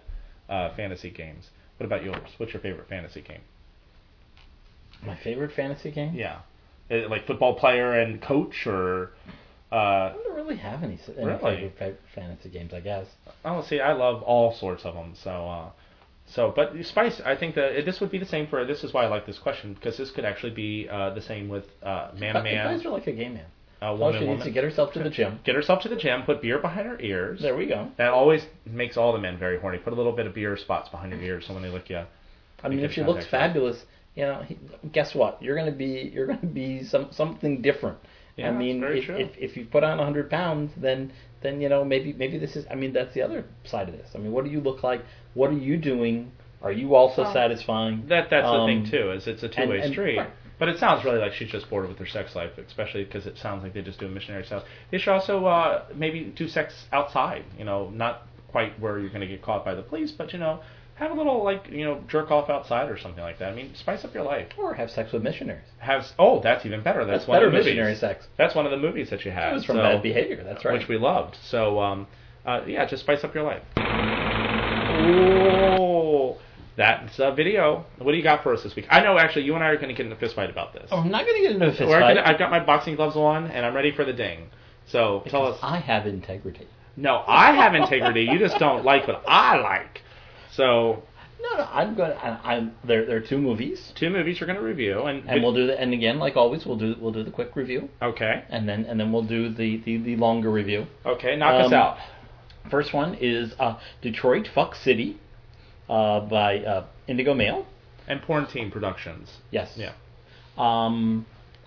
[SPEAKER 2] uh, fantasy games. What about yours? What's your favorite fantasy game?
[SPEAKER 4] My favorite fantasy game.
[SPEAKER 2] Yeah, Uh, like football player and coach, or uh,
[SPEAKER 4] I don't really have any, s- any
[SPEAKER 2] Really?
[SPEAKER 4] favorite, favorite fantasy games. I guess.
[SPEAKER 2] oh, see, I love all sorts of them. So, uh, so, but spice. I think that this would be the same for. This is why I like this question because this could actually be uh, the same with uh, man to
[SPEAKER 4] But you guys
[SPEAKER 2] man.
[SPEAKER 4] are like a gay man.
[SPEAKER 2] Uh,
[SPEAKER 4] Well,
[SPEAKER 2] woman,
[SPEAKER 4] she needs
[SPEAKER 2] woman.
[SPEAKER 4] to get herself to the gym.
[SPEAKER 2] Get herself to the gym, put beer behind her ears.
[SPEAKER 4] There we go.
[SPEAKER 2] That always makes all the men very horny. Put a little bit of beer spots behind your ears so when they look you up.
[SPEAKER 4] I mean,
[SPEAKER 2] Make
[SPEAKER 4] if
[SPEAKER 2] it
[SPEAKER 4] she
[SPEAKER 2] sound
[SPEAKER 4] looks
[SPEAKER 2] extra.
[SPEAKER 4] fabulous, you know, he, guess what? You're gonna be you're gonna be some something different.
[SPEAKER 2] Yeah,
[SPEAKER 4] I
[SPEAKER 2] that's
[SPEAKER 4] mean,
[SPEAKER 2] very
[SPEAKER 4] if,
[SPEAKER 2] true.
[SPEAKER 4] if if you put on 100 pounds, then then you know maybe maybe this is. I mean, that's the other side of this. I mean, what do you look like? What are you doing? Are you also satisfying?
[SPEAKER 2] That that's the
[SPEAKER 4] Um,
[SPEAKER 2] thing too. Is it's a two way
[SPEAKER 4] and-
[SPEAKER 2] street.
[SPEAKER 4] right.
[SPEAKER 2] But it sounds really like she's just bored with her sex life, especially because it sounds like they just do missionary stuff. They should also uh, maybe do sex outside. You know, not quite where you're going to get caught by the police, but you know, have a little like you know jerk off outside or something like that. I mean, spice up your life.
[SPEAKER 4] Or have sex with missionaries?
[SPEAKER 2] Has oh, that's even better. That's,
[SPEAKER 4] That's
[SPEAKER 2] one
[SPEAKER 4] better
[SPEAKER 2] of the movies.
[SPEAKER 4] missionary sex.
[SPEAKER 2] That's one of the movies that you had.
[SPEAKER 4] That was from
[SPEAKER 2] so-
[SPEAKER 4] bad behavior. That's right.
[SPEAKER 2] Which we loved. So, um, uh, yeah, just spice up your life. Ooh, that's a video. What do you got for us this week? I know, actually, you and I are going to get in a fist fight about this.
[SPEAKER 4] Oh, I'm not gonna get into a fist
[SPEAKER 2] Oh, We're
[SPEAKER 4] fight
[SPEAKER 2] gonna- I've got my boxing gloves on, and I'm ready for the ding. So tell
[SPEAKER 4] because
[SPEAKER 2] us.
[SPEAKER 4] I have integrity.
[SPEAKER 2] no, I have integrity. You just don't like what I like. So
[SPEAKER 4] No, no, I'm gonna. I, I'm there. There are two movies,
[SPEAKER 2] two movies you're going to review, and,
[SPEAKER 4] and we'll do the. And again, like always, we'll do we'll do the quick review,
[SPEAKER 2] okay,
[SPEAKER 4] and then and then we'll do the the, the longer review.
[SPEAKER 2] okay, knock us
[SPEAKER 4] Um,
[SPEAKER 2] out.
[SPEAKER 4] First one is uh, Detroit Fuck City uh, by uh, Indigo Mail.
[SPEAKER 2] And Quarantine Productions.
[SPEAKER 4] Yes.
[SPEAKER 2] Yeah.
[SPEAKER 4] Um,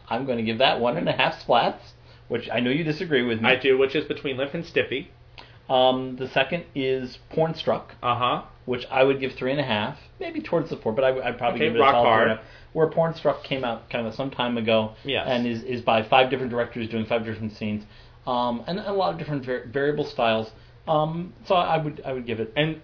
[SPEAKER 4] I'm going to give that one and a half splats, which I know you disagree with
[SPEAKER 2] I
[SPEAKER 4] me.
[SPEAKER 2] do, which is between Limp and Stippy.
[SPEAKER 4] Um, the second is Pornstruck,
[SPEAKER 2] Uh huh.
[SPEAKER 4] which I would give three and a half, maybe towards the four, but I, would- I'd probably
[SPEAKER 2] Okay,
[SPEAKER 4] give it
[SPEAKER 2] rock
[SPEAKER 4] a solid three and a
[SPEAKER 2] hard.
[SPEAKER 4] half. Where Pornstruck came out kind of some time ago,
[SPEAKER 2] Yes.
[SPEAKER 4] and is, is by five different directors doing five different scenes, um, and a lot of different var- variable styles. Um, so I would I would give it
[SPEAKER 2] And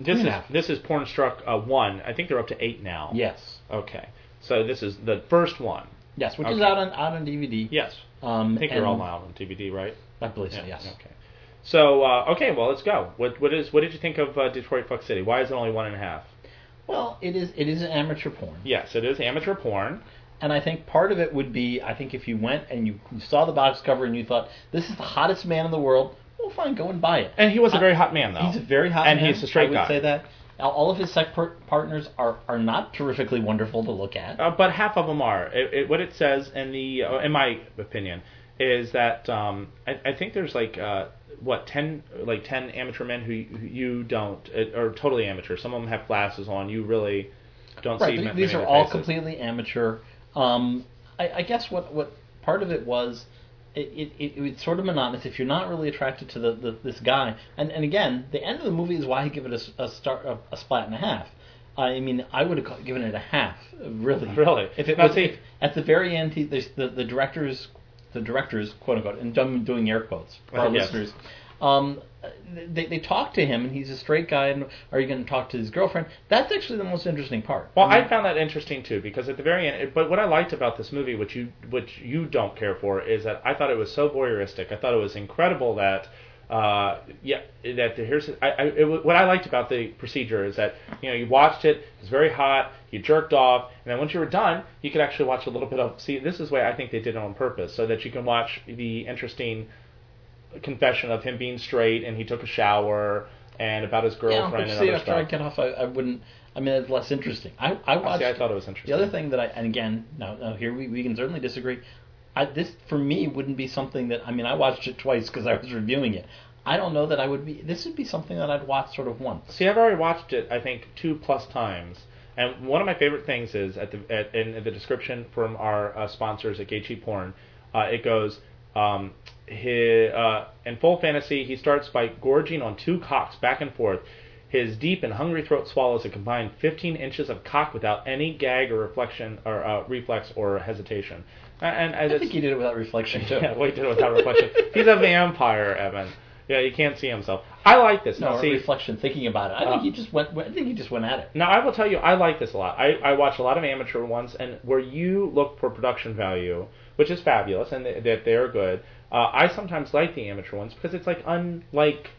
[SPEAKER 2] this
[SPEAKER 4] Yeah.
[SPEAKER 2] is this is Pornstruck uh, one. I think they're up to eight now.
[SPEAKER 4] yes
[SPEAKER 2] Okay. So this is the first one.
[SPEAKER 4] yes, which is
[SPEAKER 2] Okay.
[SPEAKER 4] out on out on DVD.
[SPEAKER 2] Yes.
[SPEAKER 4] Um,
[SPEAKER 2] I think
[SPEAKER 4] and-
[SPEAKER 2] they're all out on DVD, right?
[SPEAKER 4] I believe so. Yes.
[SPEAKER 2] Okay. So uh, okay, well let's go. What what is what did you think of uh, Detroit Fuck City? Why is it only one and a half?
[SPEAKER 4] Well, it is it is an amateur porn,
[SPEAKER 2] Yes, it is amateur porn.
[SPEAKER 4] and I think part of it would be I think if you went and you, you saw the box cover and you thought this is the hottest man in the world, well, fine, go and buy it.
[SPEAKER 2] And he was a
[SPEAKER 4] I-
[SPEAKER 2] very hot man though.
[SPEAKER 4] He's a very hot
[SPEAKER 2] and
[SPEAKER 4] man.
[SPEAKER 2] he's a straight
[SPEAKER 4] I would
[SPEAKER 2] guy.
[SPEAKER 4] say that Now, all of his sex par- partners are are not terrifically wonderful to look at.
[SPEAKER 2] Uh, but half of them are. It, it, what it says in the, uh, in my opinion, is that um, I, I think there's like uh, what ten, like ten amateur men who, who you don't uh, are totally amateur. Some of them have glasses on. You really don't
[SPEAKER 4] right,
[SPEAKER 2] see.
[SPEAKER 4] th-
[SPEAKER 2] many
[SPEAKER 4] these
[SPEAKER 2] of
[SPEAKER 4] are
[SPEAKER 2] their
[SPEAKER 4] all
[SPEAKER 2] faces.
[SPEAKER 4] completely amateur. Um, I, I guess what what part of it was. It, it, it, it's sort of monotonous if you're not really attracted to the, the this guy. And and again, the end of the movie is why I give it a, s- a start a, a splat and a half. I mean, I would have ca- given it a half, really.
[SPEAKER 2] <laughs> Really?
[SPEAKER 4] If it
[SPEAKER 2] Now,
[SPEAKER 4] was
[SPEAKER 2] see-
[SPEAKER 4] if, at the very end, he, the, the the directors, the directors, quote unquote, and I'm doing air quotes for our
[SPEAKER 2] <laughs> Yes.
[SPEAKER 4] listeners. Um, they they talk to him, and he's a straight guy. And are you going to talk to his girlfriend? That's actually the most interesting part.
[SPEAKER 2] Well, I found that interesting too because at the very end. But what I liked about this movie, which you which you don't care for, is that I thought it was so voyeuristic. I thought it was incredible that. Uh, yeah, that the, here's I, I, it, wa- what I liked about the procedure is that you know you watched it, it was very hot, you jerked off, and then once you were done, you could actually watch a little bit of. See, this is why I think they did it on purpose, so that you can watch the interesting confession of him being straight and he took a shower and about his
[SPEAKER 4] Yeah,
[SPEAKER 2] girlfriend
[SPEAKER 4] but
[SPEAKER 2] and
[SPEAKER 4] see,
[SPEAKER 2] other
[SPEAKER 4] after I
[SPEAKER 2] stuff. Oh,
[SPEAKER 4] get off, I, I wouldn't. I mean, it's less interesting. I, I watched.
[SPEAKER 2] see, I thought it was interesting.
[SPEAKER 4] The other thing that I, and again, no, no, here we, we can certainly disagree. I, this for me wouldn't be something that I mean, I watched it twice because I was reviewing it. I don't know that I would be. This would be something that I'd watch sort of once.
[SPEAKER 2] See, I've already watched it. I think two plus times. And one of my favorite things is at the at, in the description from our uh, sponsors at Gay Cheap Porn, uh, it goes, um, hi uh, in full fantasy, he starts by gorging on two cocks back and forth. His deep and hungry throat swallows a combined 15 inches of cock without any gag or reflection or uh, reflex or hesitation. A- And, and
[SPEAKER 4] I think he did it without reflection
[SPEAKER 2] <laughs>
[SPEAKER 4] too.
[SPEAKER 2] yeah, well, he did it without reflection. He's a vampire, Evan. Yeah, he can't see himself. I like this.
[SPEAKER 4] no
[SPEAKER 2] Now,
[SPEAKER 4] or
[SPEAKER 2] see, uh,
[SPEAKER 4] reflection, thinking about it. I think he just went. I think he just went at it.
[SPEAKER 2] now I will tell you, I like this a lot. I, I watch a lot of amateur ones, and where you look for production value, which is fabulous, and th- that they're good. Uh, I sometimes like the amateur ones because it's like unlike.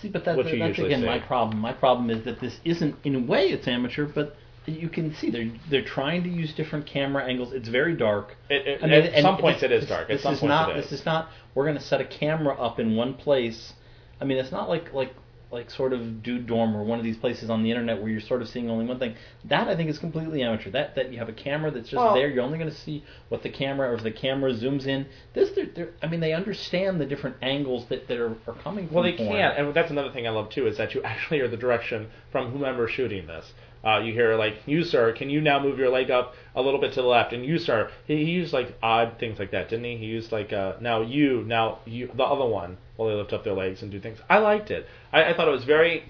[SPEAKER 4] See, but that,
[SPEAKER 2] What you
[SPEAKER 4] that's
[SPEAKER 2] usually
[SPEAKER 4] again
[SPEAKER 2] see.
[SPEAKER 4] my problem. My problem is that this isn't, in a way, it's amateur, but you can see they're they're trying to use different camera angles. It's very dark.
[SPEAKER 2] It- it-
[SPEAKER 4] I mean,
[SPEAKER 2] at
[SPEAKER 4] and
[SPEAKER 2] some points
[SPEAKER 4] this-
[SPEAKER 2] it is
[SPEAKER 4] this-
[SPEAKER 2] dark. At
[SPEAKER 4] This
[SPEAKER 2] some
[SPEAKER 4] is
[SPEAKER 2] points
[SPEAKER 4] not.
[SPEAKER 2] it is.
[SPEAKER 4] This is not. We're going to set a camera up in one place. I mean, it's not like like like sort of dude dorm or one of these places on the internet where you're sort of seeing only one thing. That I think is completely amateur. That that you have a camera that's just
[SPEAKER 6] Well-
[SPEAKER 4] there. You're only going to see what the camera or if the camera zooms in. This, they're, they're, I mean, they understand the different angles that, that are, are coming.
[SPEAKER 2] Well,
[SPEAKER 4] from
[SPEAKER 2] they
[SPEAKER 4] porn.
[SPEAKER 2] can't, and that's another thing I love too is that you <laughs> actually hear the direction from whomever shooting this. Uh, you hear like, "You sir, can you now move your leg up a little bit to the left?" And "You sir," he, he used like odd things like that, didn't he? He used like, uh, "Now you, now you," the other one while they lift up their legs and do things. I liked it. I, I thought it was very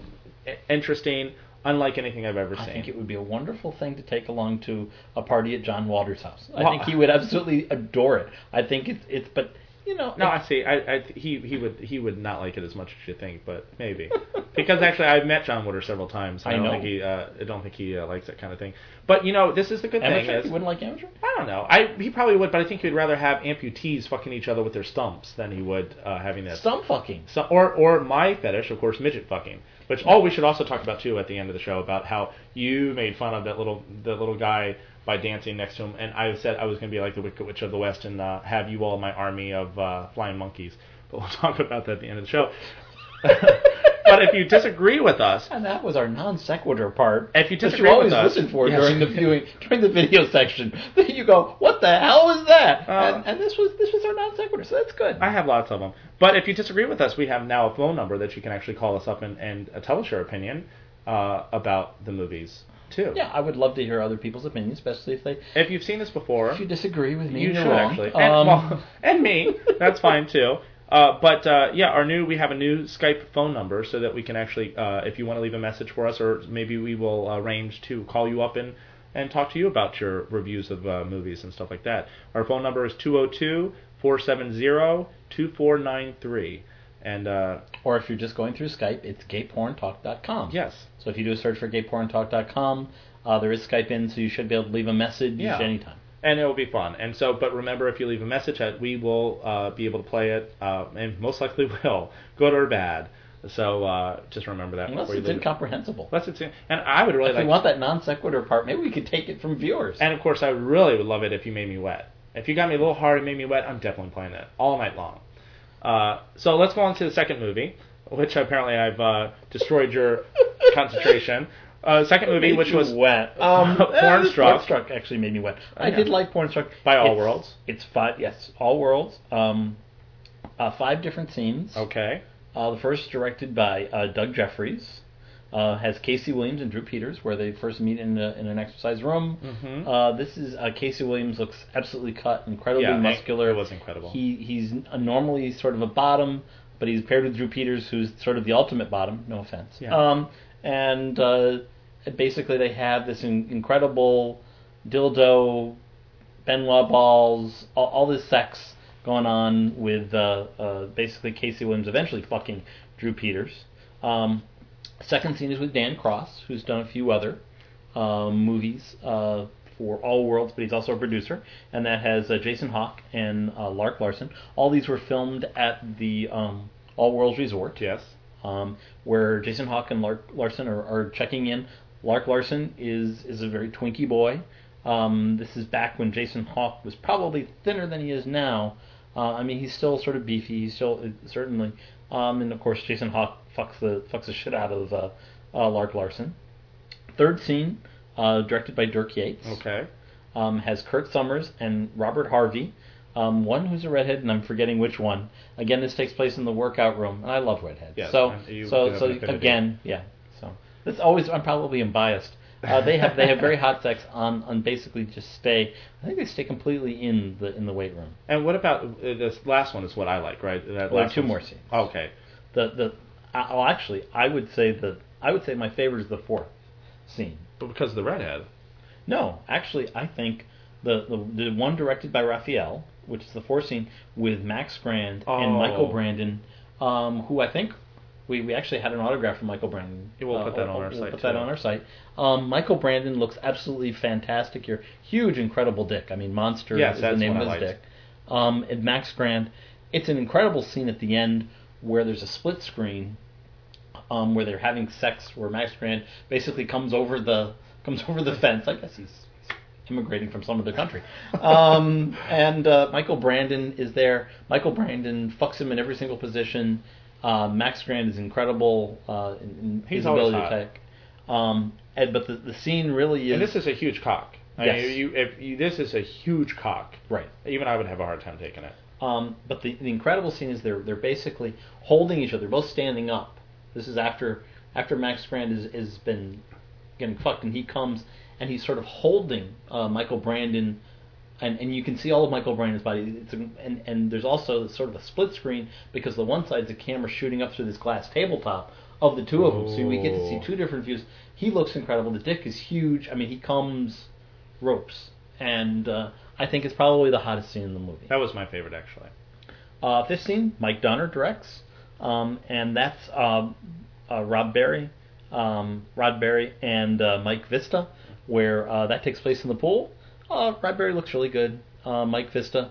[SPEAKER 2] i- interesting, unlike anything I've ever
[SPEAKER 4] I
[SPEAKER 2] seen.
[SPEAKER 4] think it would be a wonderful thing to take along to a party at John Walter's house. I
[SPEAKER 2] Well-
[SPEAKER 4] think he would absolutely adore it. I think it's it's but you know
[SPEAKER 2] no,
[SPEAKER 4] it's-
[SPEAKER 2] I see. I, I th- he he would he would not like it as much as you think, but
[SPEAKER 4] <laughs>
[SPEAKER 2] maybe because actually I've met John Wooder several times. And
[SPEAKER 4] I
[SPEAKER 2] I, don't
[SPEAKER 4] know.
[SPEAKER 2] think he uh, I don't think he uh, likes that kind of thing. But you know, this is the good
[SPEAKER 4] amateur.
[SPEAKER 2] thing
[SPEAKER 4] You
[SPEAKER 2] is
[SPEAKER 4] wouldn't like amateur.
[SPEAKER 2] I don't know. I he probably would, but I think he'd rather have amputees fucking each other with their stumps than he would uh, having this.
[SPEAKER 4] Some fucking.
[SPEAKER 2] So, or or my fetish, of course, midget fucking. Which oh, we should also talk about too at the end of the show about how you made fun of that little that little guy by dancing next to him, and I said I was going to be like the Wicked Witch of the West and uh, have you all my army of uh, flying monkeys. <laughs> But we'll talk about that at the end of the show. <laughs> but if you disagree with us,
[SPEAKER 4] And that was our non sequitur part.
[SPEAKER 2] If you
[SPEAKER 4] that
[SPEAKER 2] disagree
[SPEAKER 4] always
[SPEAKER 2] with us-
[SPEAKER 4] listen for
[SPEAKER 2] Yes.
[SPEAKER 4] during the viewing during the video section. <laughs> you go, what the hell is that?
[SPEAKER 2] Uh,
[SPEAKER 4] and, and this was this was our non sequitur, so that's good.
[SPEAKER 2] I have lots of them. But if you disagree with us, we have now a phone number that you can actually call us up and, and uh, tell us your opinion uh, about the movies, too.
[SPEAKER 4] yeah, I would love to hear other people's opinions, especially if they
[SPEAKER 2] If you've seen this before,
[SPEAKER 4] if you disagree with me.
[SPEAKER 2] you
[SPEAKER 4] you're
[SPEAKER 2] should
[SPEAKER 4] wrong.
[SPEAKER 2] actually. And,
[SPEAKER 4] Um,
[SPEAKER 2] well, <laughs> and me. That's fine, too. Uh, but uh, yeah, our new we have a new Skype phone number so that we can actually, uh, if you want to leave a message for us, or maybe we will arrange to call you up and, and talk to you about your reviews of uh, movies and stuff like that. Our phone number is 202 470 2493. And uh,
[SPEAKER 4] <laughs> or if you're just going through Skype, it's gayporntalk.com.
[SPEAKER 2] Yes.
[SPEAKER 4] So if you do a search for gayporntalk.com, uh, there is Skype in, so you should be able to leave a message
[SPEAKER 2] Yeah.
[SPEAKER 4] anytime.
[SPEAKER 2] And it will be fun. And so, but remember, if you leave a message, that we will uh, be able to play it, uh, and most likely <laughs> will, good or bad. So uh, just remember that.
[SPEAKER 4] Unless
[SPEAKER 2] before you
[SPEAKER 4] it's
[SPEAKER 2] leave.
[SPEAKER 4] incomprehensible.
[SPEAKER 2] Unless it's in- and I would really
[SPEAKER 4] if
[SPEAKER 2] like.
[SPEAKER 4] we want that non sequitur part, maybe we could take it from viewers.
[SPEAKER 2] and of course, I really would love it if you made me wet. If you got me a little hard and made me wet, I'm definitely playing that all night long. Uh, so let's go on to the second movie, which apparently I've uh, destroyed
[SPEAKER 4] <laughs>
[SPEAKER 2] your concentration. Uh, second movie,
[SPEAKER 4] Made
[SPEAKER 2] which
[SPEAKER 4] you
[SPEAKER 2] was <laughs> eh,
[SPEAKER 4] wet. <laughs> Um,
[SPEAKER 2] Pornstruck.
[SPEAKER 4] Pornstruck actually made me wet. I
[SPEAKER 2] yeah.
[SPEAKER 4] did like Pornstruck
[SPEAKER 2] By All
[SPEAKER 4] It's-
[SPEAKER 2] Worlds.
[SPEAKER 4] It's five. Yes, all worlds. Um, uh, five different scenes.
[SPEAKER 2] okay.
[SPEAKER 4] Uh, the first directed by uh, Doug Jeffries. Uh, has Casey Williams and Drew Peters, where they first meet in, a, in an exercise room.
[SPEAKER 2] Mhm.
[SPEAKER 4] Uh, this is uh, Casey Williams looks absolutely cut, incredibly
[SPEAKER 2] Yeah, it-
[SPEAKER 4] muscular.
[SPEAKER 2] it was incredible.
[SPEAKER 4] He he's uh, normally sort of a bottom, but he's paired with Drew Peters, who's sort of the ultimate bottom. No offense.
[SPEAKER 2] Yeah.
[SPEAKER 4] Um, and uh, basically they have this in- incredible dildo, Benoit balls, all, all this sex going on with uh, uh, basically Casey Williams eventually fucking Drew Peters. Um, second scene is with Dan Cross, who's done a few other um, movies uh, for All Worlds, but he's also a producer, and that has uh, Jason Hawk and uh, Lark Larson. All these were filmed at the um, All Worlds Resort
[SPEAKER 2] Yes.
[SPEAKER 4] um, where Jason Hawk and Lark Larson are, are checking in. Lark Larson is is a very twinkie boy. Um, this is back when Jason Hawk was probably thinner than he is now. Uh, I mean, he's still sort of beefy. He's still uh, certainly, um, and of course, Jason Hawk fucks the fucks the shit out of uh, uh, Lark Larson. Third scene, uh, directed by Dirk Yates
[SPEAKER 2] Okay.
[SPEAKER 4] um, has Kurt Summers and Robert Harvey. Um, one who's a redhead, and I'm forgetting which one. Again, this takes place in the workout room, and I love redheads.
[SPEAKER 2] Yes,
[SPEAKER 4] so,
[SPEAKER 2] and you do
[SPEAKER 4] so,
[SPEAKER 2] have
[SPEAKER 4] so
[SPEAKER 2] an affinity.
[SPEAKER 4] again, yeah. So this always, I'm probably am biased. Uh, they have they have very hot sex on on basically just stay. I think they stay completely in the in the weight room.
[SPEAKER 2] And what about uh, this last one? Is what I like, right? That
[SPEAKER 4] Well,
[SPEAKER 2] last
[SPEAKER 4] two
[SPEAKER 2] one's-
[SPEAKER 4] more scenes.
[SPEAKER 2] Okay.
[SPEAKER 4] The the I- well, actually, I would say the I would say my favorite is the fourth scene.
[SPEAKER 2] But because of the redhead.
[SPEAKER 4] No, actually, I think the, the the one directed by Raphael, which is the fourth scene with Max Grand and
[SPEAKER 2] Oh.
[SPEAKER 4] Michael Brandon, um, who I think we, we actually had an autograph from Michael Brandon. Uh,
[SPEAKER 2] Yeah, we'll put that on our
[SPEAKER 4] we'll
[SPEAKER 2] site,
[SPEAKER 4] Put that
[SPEAKER 2] too.
[SPEAKER 4] on our site. Um, Michael Brandon looks absolutely fantastic here. Huge, incredible dick. I mean, monster
[SPEAKER 2] Yes,
[SPEAKER 4] is the
[SPEAKER 2] that's
[SPEAKER 4] name
[SPEAKER 2] what
[SPEAKER 4] of
[SPEAKER 2] I
[SPEAKER 4] his
[SPEAKER 2] liked.
[SPEAKER 4] dick. Um, and Max Grand, it's an incredible scene at the end where there's a split screen um, where they're having sex, where Max Grand basically comes over the comes over the fence. I guess he's immigrating from some other country. <laughs> Um, and uh, Michael Brandon is there. Michael Brandon fucks him in every single position. Uh, Max Grant is incredible uh, in, in
[SPEAKER 2] He's
[SPEAKER 4] his
[SPEAKER 2] always
[SPEAKER 4] ability to
[SPEAKER 2] hot.
[SPEAKER 4] attack. Um, and, but the, the scene really is.
[SPEAKER 2] And this is a huge cock. I
[SPEAKER 4] Yes.
[SPEAKER 2] mean, you, if you, this is a huge cock.
[SPEAKER 4] right.
[SPEAKER 2] Even I would have a hard time taking it.
[SPEAKER 4] Um, but the, the incredible scene is they're they're basically holding each other, they're both standing up. This is after after Max Brand is has been getting fucked, and he comes and he's sort of holding uh, Michael Brandon, and and you can see all of Michael Brandon's body. It's a, and and there's also sort of a split screen because the one side's a camera shooting up through this glass tabletop of the two of them, so we get to see
[SPEAKER 2] Ooh.
[SPEAKER 4] two different views. He looks incredible. The dick is huge. I mean, he comes ropes, and uh, I think it's probably the hottest scene in the movie.
[SPEAKER 2] That was my favorite, actually.
[SPEAKER 4] Uh, fifth scene, Mike Donner directs, um, and that's uh, uh, Rob Berry, um, Rod Berry, and uh, Mike Vista, where uh, that takes place in the pool. Uh, Rod Berry looks really good. Uh, Mike Vista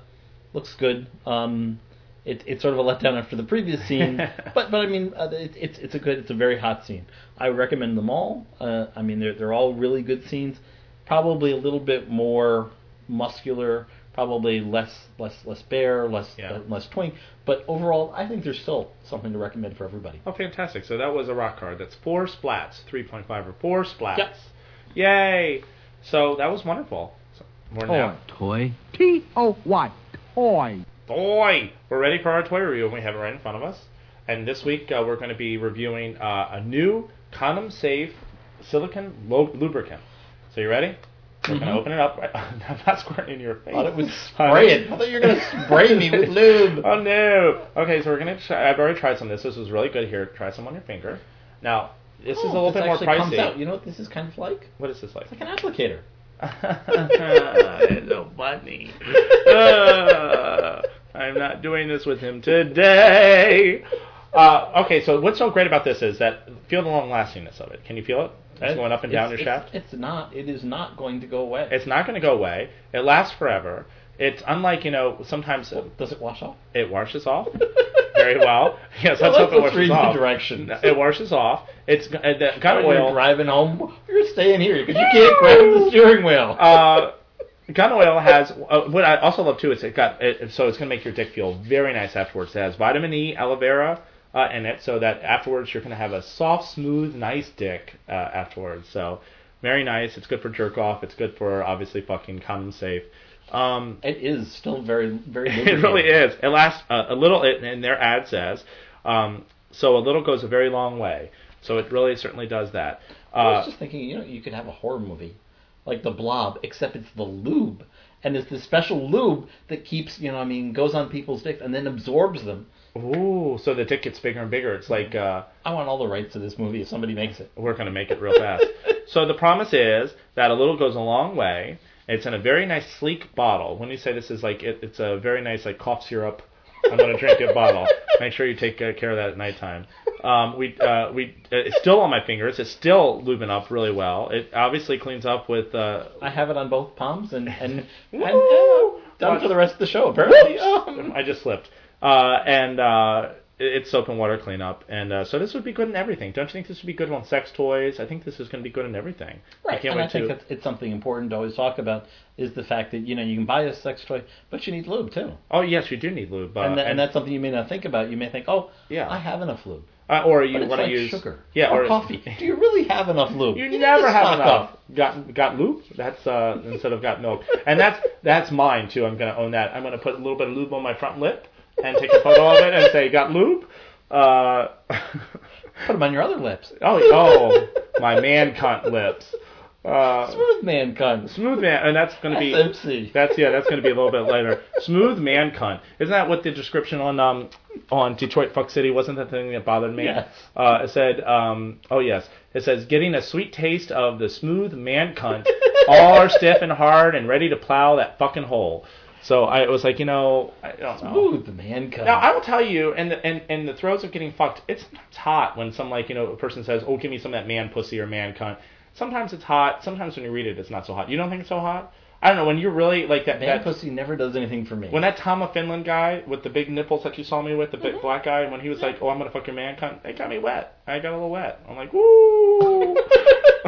[SPEAKER 4] looks good. Um, it, it's sort of a letdown after the previous scene, but but I mean uh, it, it's it's a good it's a very hot scene. I recommend them all. Uh, I mean they're they're all really good scenes. Probably a little bit more muscular, probably less less less bare, less
[SPEAKER 2] Yeah.
[SPEAKER 4] less twink. But overall, I think there's still something to recommend for everybody.
[SPEAKER 2] Oh, fantastic. So that was a rock card. That's four splats, 3.5 or four splats.
[SPEAKER 4] Yep.
[SPEAKER 2] Yay! So that was wonderful. So we're now.
[SPEAKER 6] Toy. T O Y. Toy.
[SPEAKER 2] Boy! We're ready for our toy review, and we have it right in front of us. And this week, uh, we're going to be reviewing uh, a new condom safe silicon lo- lubricant. So you ready? We're going to open it up. <laughs> Right- I'm not squirting in your face.
[SPEAKER 4] Mm-hmm. thought
[SPEAKER 2] <laughs>
[SPEAKER 4] it was spray it. I thought you were gonna spray me with lube.
[SPEAKER 2] Oh no! Okay, so we're gonna. Try, I've already tried some. This this was really good. Here, try some on your finger. Now Oh, this is a little
[SPEAKER 4] Oh, this
[SPEAKER 2] bit more
[SPEAKER 4] actually comes
[SPEAKER 2] pricey.
[SPEAKER 4] out. You know what this is kind of like?
[SPEAKER 2] What is this like?
[SPEAKER 4] Like
[SPEAKER 2] <laughs>
[SPEAKER 4] an applicator. <laughs>
[SPEAKER 2] Hello, bunny. Uh, I'm not doing this with him today. Uh, okay, so what's so great about this is that feel the long lastingness of it. Can you feel it? It's going up and down
[SPEAKER 4] It's-
[SPEAKER 2] your
[SPEAKER 4] it's-
[SPEAKER 2] shaft.
[SPEAKER 4] It's not. It is not going to go away.
[SPEAKER 2] It's not going to go away. It lasts forever. It's unlike you know sometimes
[SPEAKER 4] Does it wash off?
[SPEAKER 2] it washes off very well. <laughs> Yes,
[SPEAKER 4] Well,
[SPEAKER 2] let's hope
[SPEAKER 4] let's-
[SPEAKER 2] it
[SPEAKER 4] let's
[SPEAKER 2] washes
[SPEAKER 4] read the
[SPEAKER 2] off.
[SPEAKER 4] directions.
[SPEAKER 2] It washes off. It's uh, the gun
[SPEAKER 4] When you're
[SPEAKER 2] oil.
[SPEAKER 4] driving home, you're staying here because you can't grab the steering wheel.
[SPEAKER 2] Uh, gun oil has uh, what I also love too is it got it, so it's going to make your dick feel very nice afterwards. It has vitamin E, aloe vera uh, in it, so that afterwards you're going to have a soft, smooth, nice dick uh, afterwards. So very nice. It's good for jerk off. It's good for obviously fucking condom safe. Um, <laughs>
[SPEAKER 4] it is still very, very.
[SPEAKER 2] it really is. It lasts uh, a little, it, and their ad says, um, so a little goes a very long way. So it really certainly does that.
[SPEAKER 4] I
[SPEAKER 2] Uh,
[SPEAKER 4] was just thinking, you know, you could have a horror movie like The Blob, except it's the lube, and it's this special lube that keeps, you know, I mean, goes on people's dicks and then absorbs them.
[SPEAKER 2] ooh, so the dick gets bigger and bigger. It's like uh,
[SPEAKER 4] I want all the rights to this movie if somebody makes it.
[SPEAKER 2] we're going to make it real fast. so the promise is that a little goes a long way. It's in a very nice, sleek bottle. When you say this is like, it, it's a very nice, like cough syrup. I'm going to drink it
[SPEAKER 4] <laughs>
[SPEAKER 2] bottle. Make sure you take uh, care of that at nighttime. Um, we uh, we uh, it's still on my fingers. It's still lubing up really well. It obviously cleans up with uh,
[SPEAKER 4] <laughs> I have it on both palms and and, and
[SPEAKER 2] Woo!
[SPEAKER 4] uh, done for the rest of the show. Apparently, um,
[SPEAKER 2] <laughs> I just slipped. Uh, and uh, it- it's soap and water cleanup. And uh, so this would be good in everything. Don't you think this would be good on sex toys? I think this is going to be good in everything. I
[SPEAKER 4] Right,
[SPEAKER 2] can't
[SPEAKER 4] and
[SPEAKER 2] wait
[SPEAKER 4] I think
[SPEAKER 2] to.
[SPEAKER 4] that's, it's something important to always talk about is the fact that you know you can buy a sex toy, but you need lube too,
[SPEAKER 2] Oh yes, you do need lube. Uh,
[SPEAKER 4] and, that, and that's something you may not think about. You may think, oh,
[SPEAKER 2] Yeah.
[SPEAKER 4] I have enough lube,
[SPEAKER 2] uh, or you
[SPEAKER 4] but it's
[SPEAKER 2] want
[SPEAKER 4] like
[SPEAKER 2] to use
[SPEAKER 4] sugar,
[SPEAKER 2] Yeah,
[SPEAKER 4] or,
[SPEAKER 2] or
[SPEAKER 4] coffee. Do you really have enough lube?
[SPEAKER 2] <laughs> You
[SPEAKER 4] need
[SPEAKER 2] never
[SPEAKER 4] to
[SPEAKER 2] have
[SPEAKER 4] stock
[SPEAKER 2] enough.
[SPEAKER 4] up.
[SPEAKER 2] Got got lube. That's
[SPEAKER 4] <laughs>
[SPEAKER 2] uh, instead of got milk, and that's that's mine too. I'm gonna own that. I'm gonna put a little bit of lube on my front lip and take a photo of it and say got lube. Uh, <laughs>
[SPEAKER 4] Put them on your other lips.
[SPEAKER 2] Oh, oh, my man cunt lips. Uh,
[SPEAKER 4] <laughs> Smooth man cunt.
[SPEAKER 2] smooth man, and that's gonna be
[SPEAKER 4] That's MC.
[SPEAKER 2] that's yeah, that's gonna be a little bit later. Smooth man cunt, isn't that what the description on um on Detroit Fuck City wasn't that the thing that bothered me?
[SPEAKER 4] Yes.
[SPEAKER 2] Uh, it said um oh yes, it says getting a sweet taste of the smooth man cunt, all are stiff and hard and ready to plow that fucking hole. So I was like, you know, I don't know.
[SPEAKER 4] <laughs> Smooth man cunt.
[SPEAKER 2] Now I will tell you, and the and, and the throes of getting fucked, it's sometimes hot when some like you know a person says, "Oh, give me some of that man pussy or man cunt." Sometimes it's hot. Sometimes when you read it, it's not so hot. You don't think it's so hot? I don't know. When you're really like that,
[SPEAKER 4] man
[SPEAKER 2] that
[SPEAKER 4] pussy never does anything for me.
[SPEAKER 2] when that Tom of Finland guy with the big nipples that you saw me with, the big black guy, when he was like, "Oh, I'm gonna fuck your man cunt," it got me wet. I got a little wet. I'm like, "Woo!"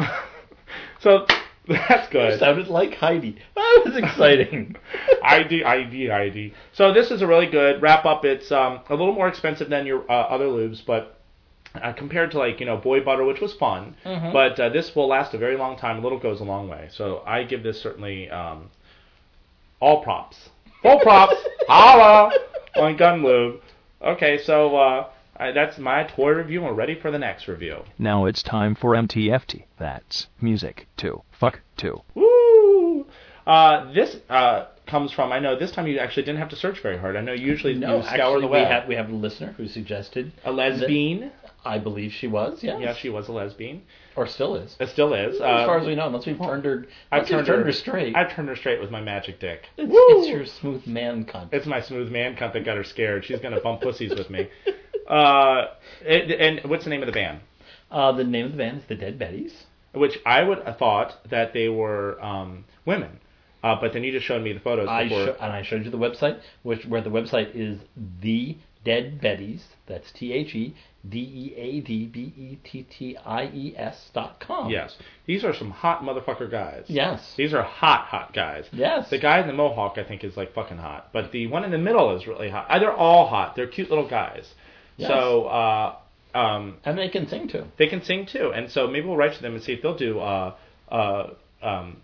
[SPEAKER 2] <laughs> so <laughs> That's good.
[SPEAKER 4] Sounded like Heidi. That
[SPEAKER 2] <laughs>
[SPEAKER 4] was exciting.
[SPEAKER 2] ID, ID, ID. So this is a really good wrap up. It's um, a little more expensive than your uh, other lubes, but uh, compared to like you know boy butter, which was fun,
[SPEAKER 4] Mm-hmm.
[SPEAKER 2] but uh, this will last a very long time. A little goes a long way. So I give this certainly um, all props, full
[SPEAKER 4] <laughs>
[SPEAKER 2] props, holla on gun lube. Okay, so uh, I, that's my toy review. We're ready for the next review.
[SPEAKER 7] Now it's time for MTFT. That's music to fuck to.
[SPEAKER 2] Woo! Uh, this uh, comes from. I know this time you actually didn't have to search very hard. I know usually you scour the
[SPEAKER 4] we
[SPEAKER 2] web.
[SPEAKER 4] have we have a listener who suggested
[SPEAKER 2] a lesbian.
[SPEAKER 4] I believe she was, yes.
[SPEAKER 2] Yeah, she was a lesbian.
[SPEAKER 4] or still is.
[SPEAKER 2] It still is.
[SPEAKER 4] as
[SPEAKER 2] Uh,
[SPEAKER 4] far as we know, unless we've turned her,
[SPEAKER 2] I've
[SPEAKER 4] unless we've
[SPEAKER 2] turned her,
[SPEAKER 4] straight.
[SPEAKER 2] I've turned her straight with my magic dick.
[SPEAKER 4] it's, it's your smooth man content.
[SPEAKER 2] It's my smooth man cunt that got her scared. She's gonna bump pussies with
[SPEAKER 4] <laughs>
[SPEAKER 2] me. Uh, and, and what's the name of the band?
[SPEAKER 4] Uh, the name of the band is the Dead Betties.
[SPEAKER 2] Which I would have thought that they were um, women, uh, but then you just showed me the photos
[SPEAKER 4] I
[SPEAKER 2] before.
[SPEAKER 4] sho- and I showed you the website, which where the website is the Dead Betties. That's T H E D E A D B E T T I E S dot com.
[SPEAKER 2] yes, these are some hot motherfucker guys.
[SPEAKER 4] Yes.
[SPEAKER 2] These are hot, hot guys.
[SPEAKER 4] Yes.
[SPEAKER 2] The guy in the mohawk, I think, is like fucking hot, but the one in the middle is really hot. Uh, They're all hot. They're cute little guys.
[SPEAKER 4] Yes.
[SPEAKER 2] So, uh, um,
[SPEAKER 4] And they can sing too.
[SPEAKER 2] they can sing too, and so maybe we'll write to them and see if they'll do uh, uh, um,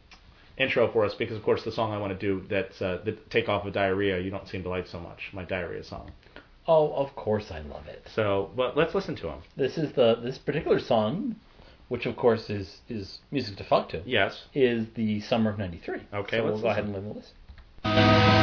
[SPEAKER 2] intro for us. Because of course, the song I want to do that's uh, the take off of diarrhea, you don't seem to like so much. My diarrhea song.
[SPEAKER 4] Oh, of course I love it.
[SPEAKER 2] So, but let's listen to them.
[SPEAKER 4] This is the this particular song, which of course is is music to fuck to.
[SPEAKER 2] Yes.
[SPEAKER 4] Is the summer of '93.
[SPEAKER 2] Okay,
[SPEAKER 4] so we'll
[SPEAKER 2] let's
[SPEAKER 4] go ahead
[SPEAKER 2] listen.
[SPEAKER 4] and leave the list.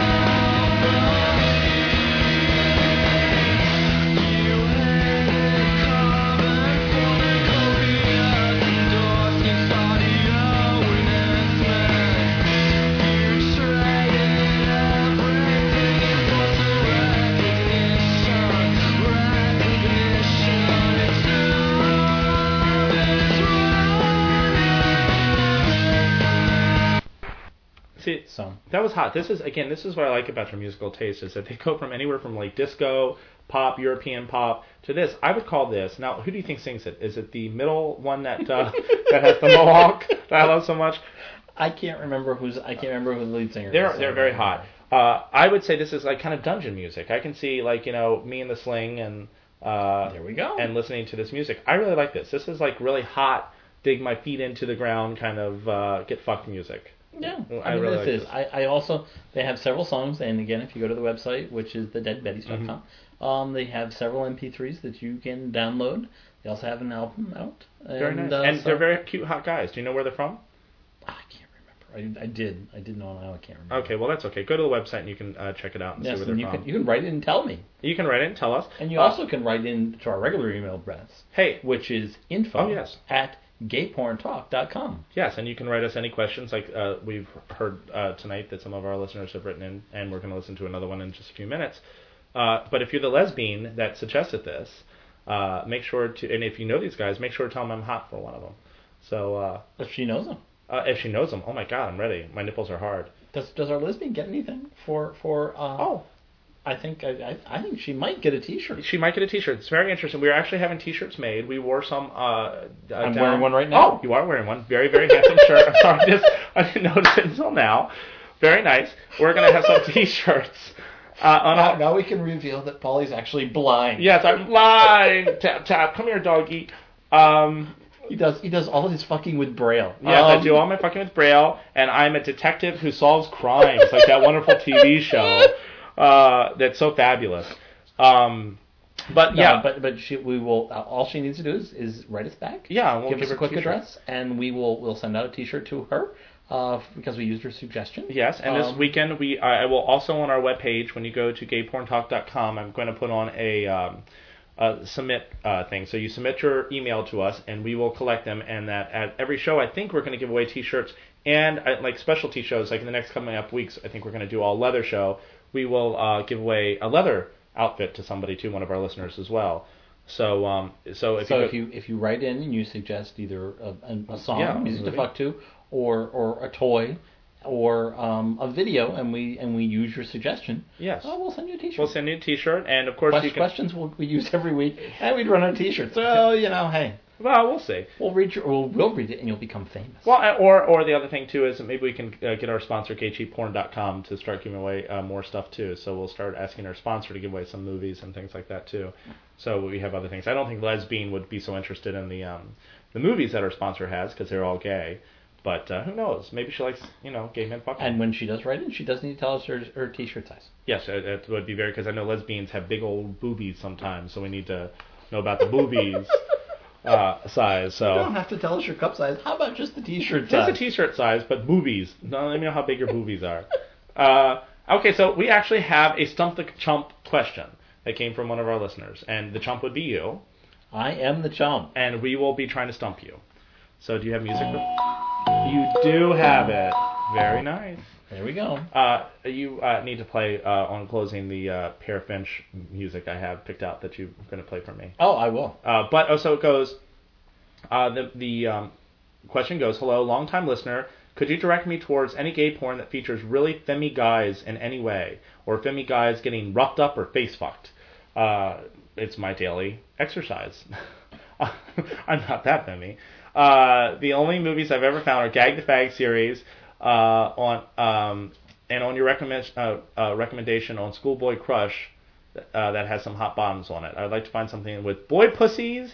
[SPEAKER 2] See,
[SPEAKER 4] So
[SPEAKER 2] That was hot. This is again, this is what I like about their musical taste is that they go from anywhere from like disco, pop, European pop to this. I would call this now. Who do you think sings it? Is it the middle one that
[SPEAKER 4] <laughs>
[SPEAKER 2] uh, that has the mohawk that I love so much?
[SPEAKER 4] I can't remember who's I can't remember who the lead singer.
[SPEAKER 2] They're
[SPEAKER 4] is.
[SPEAKER 2] they're very hot. Uh, I would say this is like kind of dungeon music. I can see like you know me and the sling and uh,
[SPEAKER 4] There we go.
[SPEAKER 2] and listening to this music. I really like this. This is like really hot. Dig my feet into the ground, kind of uh, get fucked music.
[SPEAKER 4] Yeah,
[SPEAKER 2] Well, I
[SPEAKER 4] I mean,
[SPEAKER 2] really
[SPEAKER 4] this
[SPEAKER 2] like
[SPEAKER 4] is.
[SPEAKER 2] this.
[SPEAKER 4] I, I also they have several songs, and again, if you go to the website, which is thedeadbetties.com,
[SPEAKER 2] Mm-hmm.
[SPEAKER 4] um, they have several MP3s that you can download. They also have an album out. And,
[SPEAKER 2] Very nice.
[SPEAKER 4] uh,
[SPEAKER 2] and
[SPEAKER 4] so-
[SPEAKER 2] they're very cute, hot guys. Do you know where they're from?
[SPEAKER 4] I can't remember. I, I did. I did know. Now I can't remember.
[SPEAKER 2] Okay, well that's okay. Go to the website and you can uh, check it out and
[SPEAKER 4] Yes,
[SPEAKER 2] see where
[SPEAKER 4] and
[SPEAKER 2] they're
[SPEAKER 4] you
[SPEAKER 2] from.
[SPEAKER 4] can you can write in and tell me,
[SPEAKER 2] You can write it and tell us.
[SPEAKER 4] and you
[SPEAKER 2] Uh,
[SPEAKER 4] also can write in to our regular email address,
[SPEAKER 2] hey
[SPEAKER 4] which is info
[SPEAKER 2] Oh, yes.
[SPEAKER 4] at gayporntalk.com.
[SPEAKER 2] yes, and you can write us any questions like uh, we've heard uh, tonight that some of our listeners have written in, and we're going to listen to another one in just a few minutes. Uh, but if you're the lesbian that suggested this, uh, make sure to and if you know these guys, make sure to tell them I'm hot for one of them. So uh,
[SPEAKER 4] If she knows them,
[SPEAKER 2] uh, if she knows them, oh my god, I'm ready. My nipples are hard.
[SPEAKER 4] does does our lesbian get anything for for? Uh,
[SPEAKER 2] Oh,
[SPEAKER 4] I think I, I I think she might get a T-shirt.
[SPEAKER 2] she might get a T-shirt. It's very interesting. We are actually having T-shirts made. We wore some. Uh, uh,
[SPEAKER 4] I'm
[SPEAKER 2] down-
[SPEAKER 4] wearing one right now.
[SPEAKER 2] Oh, you are wearing one. Very, very handsome <laughs> shirt. I'm sorry, I just I didn't notice it until now. Very nice. We're gonna have some <laughs> T-shirts. Uh, on
[SPEAKER 4] Now,
[SPEAKER 2] all,
[SPEAKER 4] now we can reveal that Polly's actually blind.
[SPEAKER 2] yes, I'm live. tap tap. Come here, doggy. Um,
[SPEAKER 4] He does. He does all his fucking with braille.
[SPEAKER 2] yes, I
[SPEAKER 4] Um,
[SPEAKER 2] do all my fucking with Braille, and I'm a detective who solves crimes, like that wonderful TV show uh, that's so fabulous. Um, but
[SPEAKER 4] no,
[SPEAKER 2] yeah,
[SPEAKER 4] but but she, we will. uh, All she needs to do is, is write us back.
[SPEAKER 2] Yeah, and we'll
[SPEAKER 4] give,
[SPEAKER 2] give
[SPEAKER 4] us
[SPEAKER 2] her
[SPEAKER 4] a
[SPEAKER 2] a
[SPEAKER 4] quick
[SPEAKER 2] t-shirt.
[SPEAKER 4] address, and we will we'll send out a T-shirt to her uh, f- because we used her suggestion.
[SPEAKER 2] Yes, and this
[SPEAKER 4] Um,
[SPEAKER 2] weekend we I I will also on our webpage when you go to gayporntalk.com, I'm going to put on a, um, a submit uh, thing. So you submit your email to us, and we will collect them. And that at every show, I think we're going to give away T-shirts and uh, like specialty shows. Like in the next coming up weeks, I think we're going to do all leather show. We will uh, give away a leather outfit to somebody to one of our listeners as well. So um, so if
[SPEAKER 4] So
[SPEAKER 2] you, go-
[SPEAKER 4] if you if you write in and you suggest either a, a, a song,
[SPEAKER 2] Yeah,
[SPEAKER 4] music to
[SPEAKER 2] movie.
[SPEAKER 4] fuck to, or or a toy, or um, a video, and we and we use your suggestion.
[SPEAKER 2] Yes.
[SPEAKER 4] uh, we'll send you a T-shirt.
[SPEAKER 2] we'll send you a T-shirt, and of course
[SPEAKER 4] Quest-
[SPEAKER 2] you can.
[SPEAKER 4] questions we'll, we use every week, and we'd run out of T-shirts. So you know, hey,
[SPEAKER 2] Well, we'll see.
[SPEAKER 4] We'll read your, or we'll read it, and you'll become famous.
[SPEAKER 2] Well, I- or or the other thing too is that maybe we can uh, get our sponsor kcheapporn.com to start giving away uh, more stuff too. So we'll start asking our sponsor to give away some movies and things like that too. So we have other things. I don't think Lesbian would be so interested in the um, the movies that our sponsor has because they're all gay. But uh, who knows? Maybe she likes you know gay men fucking.
[SPEAKER 4] and when she does write in, she does need to tell us her, her t-shirt size.
[SPEAKER 2] yes, it, it would be very because I know lesbians have big old boobies sometimes, so we need to know about the boobies <laughs> uh, size. So.
[SPEAKER 4] You don't have to tell us your cup size. How about just the t-shirt
[SPEAKER 2] Just
[SPEAKER 4] size?
[SPEAKER 2] a t-shirt size, but boobies. No, let me know how big your boobies are. Uh, okay, so we actually have a stump the chump question that came from one of our listeners, and the chump would be you,
[SPEAKER 4] I am the chump.
[SPEAKER 2] and we will be trying to stump you. So do you have music? You do have it. Very nice.
[SPEAKER 4] There we go.
[SPEAKER 2] Uh, you uh, need to play uh, on closing the uh, Pear Finch music I have picked out that you're going to play for me.
[SPEAKER 4] Oh, I will.
[SPEAKER 2] Uh, but also it goes. Uh, the the um, question goes: Hello, longtime listener. Could you direct me towards any gay porn that features really femmy guys in any way, or femmy guys getting roughed up or face fucked? Uh, it's my daily exercise. <laughs> I'm not that femmy. Uh, the only movies I've ever found are Gag the Fag series uh, on um, and on your recommend, uh, uh, recommendation on Schoolboy Crush uh, that has some hot bottoms on it. I'd like to find something with boy pussies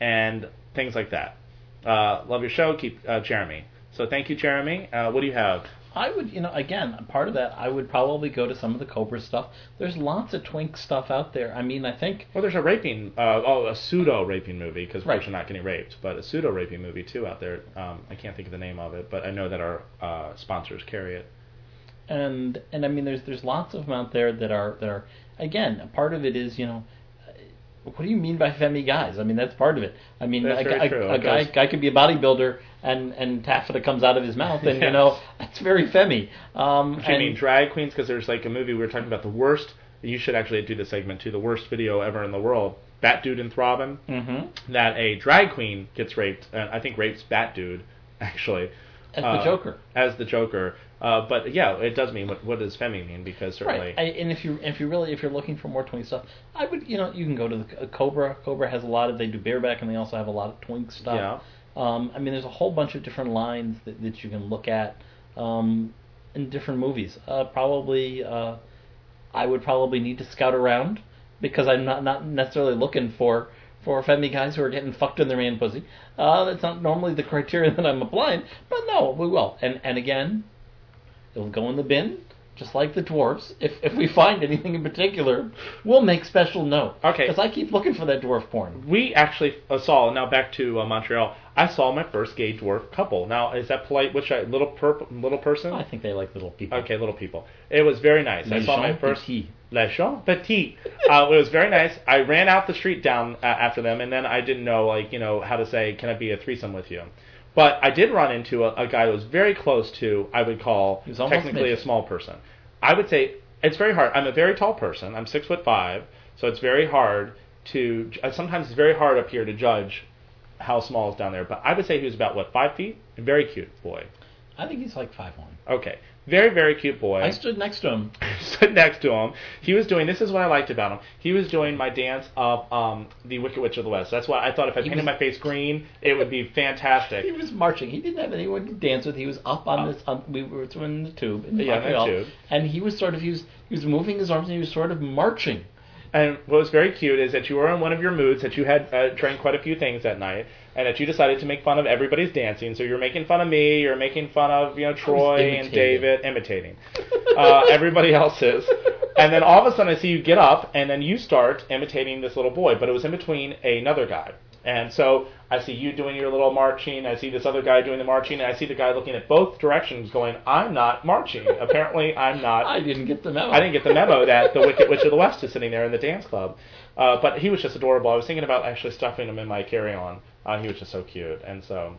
[SPEAKER 2] and things like that. Uh, love your show. Keep uh, Jeremy. So thank you, Jeremy. Uh, what do you have?
[SPEAKER 4] I would, you know, again, part of that, I would probably go to some of the Cobra stuff. There's lots of twink stuff out there. I mean, I think
[SPEAKER 2] Well, there's a raping, uh, oh, a pseudo raping movie because we're
[SPEAKER 4] Right.
[SPEAKER 2] actually not getting raped, but a pseudo raping movie too out there. Um, I can't think of the name of it, but I know that our uh, sponsors carry it.
[SPEAKER 4] and and I mean there's there's lots of them out there that are that are again a part of it is you know what do you mean by femmy guys? I mean that's part of it. I mean
[SPEAKER 2] That's
[SPEAKER 4] a,
[SPEAKER 2] very
[SPEAKER 4] a-
[SPEAKER 2] true.
[SPEAKER 4] a
[SPEAKER 2] It
[SPEAKER 4] guy
[SPEAKER 2] goes-
[SPEAKER 4] guy could be a bodybuilder and and taffeta comes out of his mouth and
[SPEAKER 2] <laughs>
[SPEAKER 4] you know that's very femmy. Um,
[SPEAKER 2] Do you
[SPEAKER 4] and-
[SPEAKER 2] mean drag queens? Because there's like a movie we were talking about the worst. You should actually do this segment too. The worst video ever in the world. Bat dude and Throbbing. Mm-hmm. That a drag queen gets raped. And I think rapes Bat dude <laughs> actually. uh,
[SPEAKER 4] As the Joker.
[SPEAKER 2] As the Joker. Uh, but yeah, it does mean what, what does Femi mean? Because certainly.
[SPEAKER 4] Right, I, and if you if you really if you're looking for more twink stuff, I would you know you can go to the uh, Cobra. Cobra has a lot of they do bareback and they also have a lot of twink stuff.
[SPEAKER 2] Yeah.
[SPEAKER 4] Um, I mean, there's a whole bunch of different lines that, that you can look at um, in different movies. Uh, probably uh, I would probably need to scout around because I'm not not necessarily looking for for femmy guys who are getting fucked in their man pussy. Uh, that's not normally the <laughs> criteria that I'm applying, but no, we will. And and again, It'll go in the bin, just like the dwarfs. If if we find anything in particular, we'll make special note.
[SPEAKER 2] Okay.
[SPEAKER 4] Because I keep looking for that dwarf porn.
[SPEAKER 2] we actually uh, saw now back to uh, Montreal. I saw my first gay dwarf couple. Now is that polite? Which I, little purple little person?
[SPEAKER 4] Oh, I think they like little people.
[SPEAKER 2] Okay, little people. It was very nice. I
[SPEAKER 4] Les
[SPEAKER 2] saw my
[SPEAKER 4] gens
[SPEAKER 2] first
[SPEAKER 4] petits.
[SPEAKER 2] Les gens petits. Uh, it was very nice. I ran out the street down uh, after them, and then I didn't know like you know how to say can I be a threesome with you. But I did run into a, a guy that was very close to I would call
[SPEAKER 4] was almost
[SPEAKER 2] technically a
[SPEAKER 4] midget.
[SPEAKER 2] small person. I would say it's very hard. I'm a very tall person. I'm six foot five, so it's very hard to. uh, Sometimes it's very hard up here to judge how small is down there. But I would say he was about what five feet. Very cute boy.
[SPEAKER 4] I think he's like five one.
[SPEAKER 2] Okay, very very cute boy
[SPEAKER 4] I stood next to him.
[SPEAKER 2] <laughs> stood next to him. He was doing this is what I liked about him. He was doing my dance of um, the Wicked Witch of the West. That's why I thought if I painted
[SPEAKER 4] was-
[SPEAKER 2] my face green, it would be
[SPEAKER 4] He
[SPEAKER 2] fantastic.
[SPEAKER 4] was marching. He didn't have anyone to dance with. He was up on this. On, we were in the tube in
[SPEAKER 2] Yeah, in Oh. the
[SPEAKER 4] Montreal,
[SPEAKER 2] tube.
[SPEAKER 4] and he was sort of he was he was moving his arms and he was sort of marching.
[SPEAKER 2] And what was very cute is that you were in one of your moods that you had uh, drank quite a few things that night, and that you decided to make fun of everybody's dancing. So you're making fun of me, you're making fun of you know Troy and
[SPEAKER 4] imitating.
[SPEAKER 2] David imitating <laughs> uh, everybody else's. And then all of a sudden, I see you get up, and then you start imitating this little boy. But it was in between another guy, and so I see you doing your little marching. I see this other guy doing the marching, and I see the guy looking at both directions, going, "I'm not marching. Apparently, I'm not
[SPEAKER 4] I didn't get the memo.
[SPEAKER 2] I didn't get the memo that the Wicked Witch of the West is sitting there in the dance club. Uh, but he was just adorable. I was thinking about actually stuffing him in my carry-on. Uh, he was just so cute, and so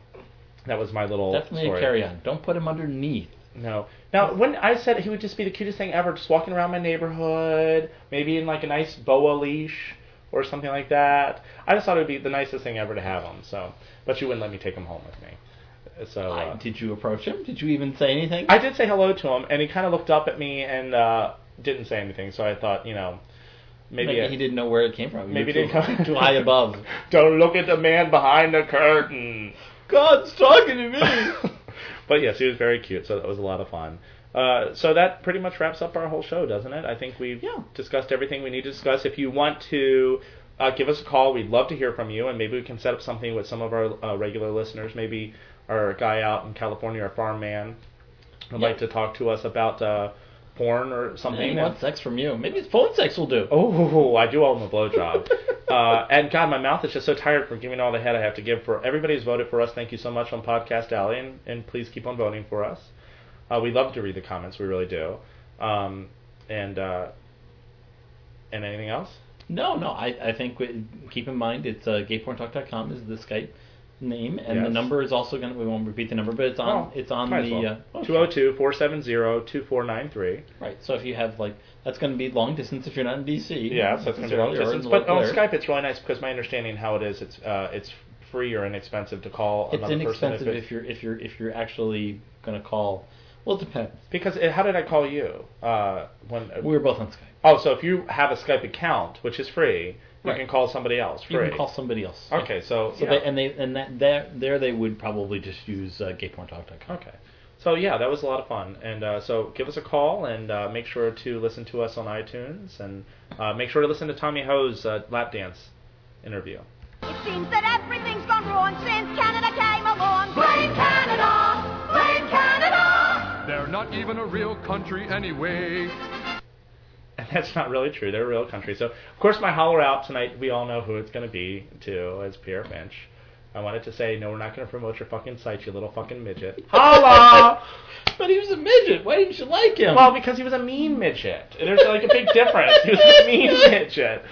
[SPEAKER 2] that was my little
[SPEAKER 4] Definitely
[SPEAKER 2] story.
[SPEAKER 4] a carry on. Don't put him underneath.
[SPEAKER 2] No. Now, when I said he would just be the cutest thing ever, just walking around my neighborhood, maybe in like a nice boa leash or something like that. I just thought it would be the nicest thing ever to have him. So, but you wouldn't let me take him home with me. So
[SPEAKER 4] I,
[SPEAKER 2] uh,
[SPEAKER 4] did you approach him? Did you even say anything?
[SPEAKER 2] I did say hello to him, and he kind of looked up at me and uh, didn't say anything. So I thought, you know, Maybe,
[SPEAKER 4] Maybe
[SPEAKER 2] it-
[SPEAKER 4] he didn't know where it came from.
[SPEAKER 2] Maybe
[SPEAKER 4] You're
[SPEAKER 2] it didn't
[SPEAKER 4] too-
[SPEAKER 2] come- <laughs>
[SPEAKER 4] too high above.
[SPEAKER 2] Don't look at the man behind the curtain. <laughs>
[SPEAKER 4] God's talking <laughs> to me.
[SPEAKER 2] but yes, he was very cute, so that was a lot of fun. Uh, so that pretty much wraps up our whole show, doesn't it? I think we've
[SPEAKER 4] Yeah.
[SPEAKER 2] discussed everything we need to discuss. If you want to uh, give us a call, we'd love to hear from you, and maybe we can set up something with some of our uh, regular listeners. Maybe our guy out in California, our farm man, would
[SPEAKER 4] Yeah.
[SPEAKER 2] like to talk to us about uh, porn or something.
[SPEAKER 4] he
[SPEAKER 2] and-
[SPEAKER 4] wants sex from you. Maybe it's phone sex will do.
[SPEAKER 2] Oh, I do owe him a blowjob. <laughs> uh, and God, my mouth is just so tired from giving all the head I have to give for everybody who's voted for us. Thank you so much on Podcast Alley, and, and please keep on voting for us. Uh, we love to read the comments, we really do. Um, and uh, and anything else?
[SPEAKER 4] No, no. I, I think we, keep in mind it's uh, gayporntalk.com is the Skype name, and the
[SPEAKER 2] Yes. Oh,
[SPEAKER 4] number is also going. to... We won't repeat the number, but it's on. it's on
[SPEAKER 2] might as
[SPEAKER 4] the.
[SPEAKER 2] well.
[SPEAKER 4] Uh,
[SPEAKER 2] 202-470-2493.
[SPEAKER 4] Right. So if you have like that's going to be long distance if you're not in DC.
[SPEAKER 2] Yeah, so it's going to be long
[SPEAKER 4] Or in
[SPEAKER 2] distance.
[SPEAKER 4] the
[SPEAKER 2] But
[SPEAKER 4] local
[SPEAKER 2] on
[SPEAKER 4] area.
[SPEAKER 2] Skype, it's really nice because my understanding how it is, it's uh, it's free or inexpensive to call
[SPEAKER 4] it's
[SPEAKER 2] another
[SPEAKER 4] inexpensive
[SPEAKER 2] person. it-
[SPEAKER 4] if you're if you're if you're actually going to call. Well, it depends.
[SPEAKER 2] Because it, how did I call you? Uh, when
[SPEAKER 4] We were both on Skype.
[SPEAKER 2] Oh, so if you have a Skype account, which is free, you
[SPEAKER 4] Right.
[SPEAKER 2] can call somebody else free.
[SPEAKER 4] You can call somebody else.
[SPEAKER 2] Okay, so,
[SPEAKER 4] So
[SPEAKER 2] yeah.
[SPEAKER 4] they, and they and that there there they would probably just use uh, gayporntalk.com.
[SPEAKER 2] okay, so yeah, that was a lot of fun. And uh, so give us a call and uh, make sure to listen to us on iTunes and uh, make sure to listen to Tommy Ho's uh, lap dance interview. <laughs>
[SPEAKER 1] It seems that everything's gone wrong since Canada came along. Blame Canada! Blame Canada!
[SPEAKER 8] They're not even a real country anyway.
[SPEAKER 2] And that's not really true. They're a real country. So of course my holler out tonight. We all know who it's going to be too. As Pierre Finch. I wanted to say no, we're not going to promote your fucking site, you little fucking
[SPEAKER 4] <laughs>
[SPEAKER 2] midget. Holla!
[SPEAKER 4] But he was a midget. Why didn't you like him?
[SPEAKER 2] Well, because he was a mean midget. There's like a big difference. He was a mean midget.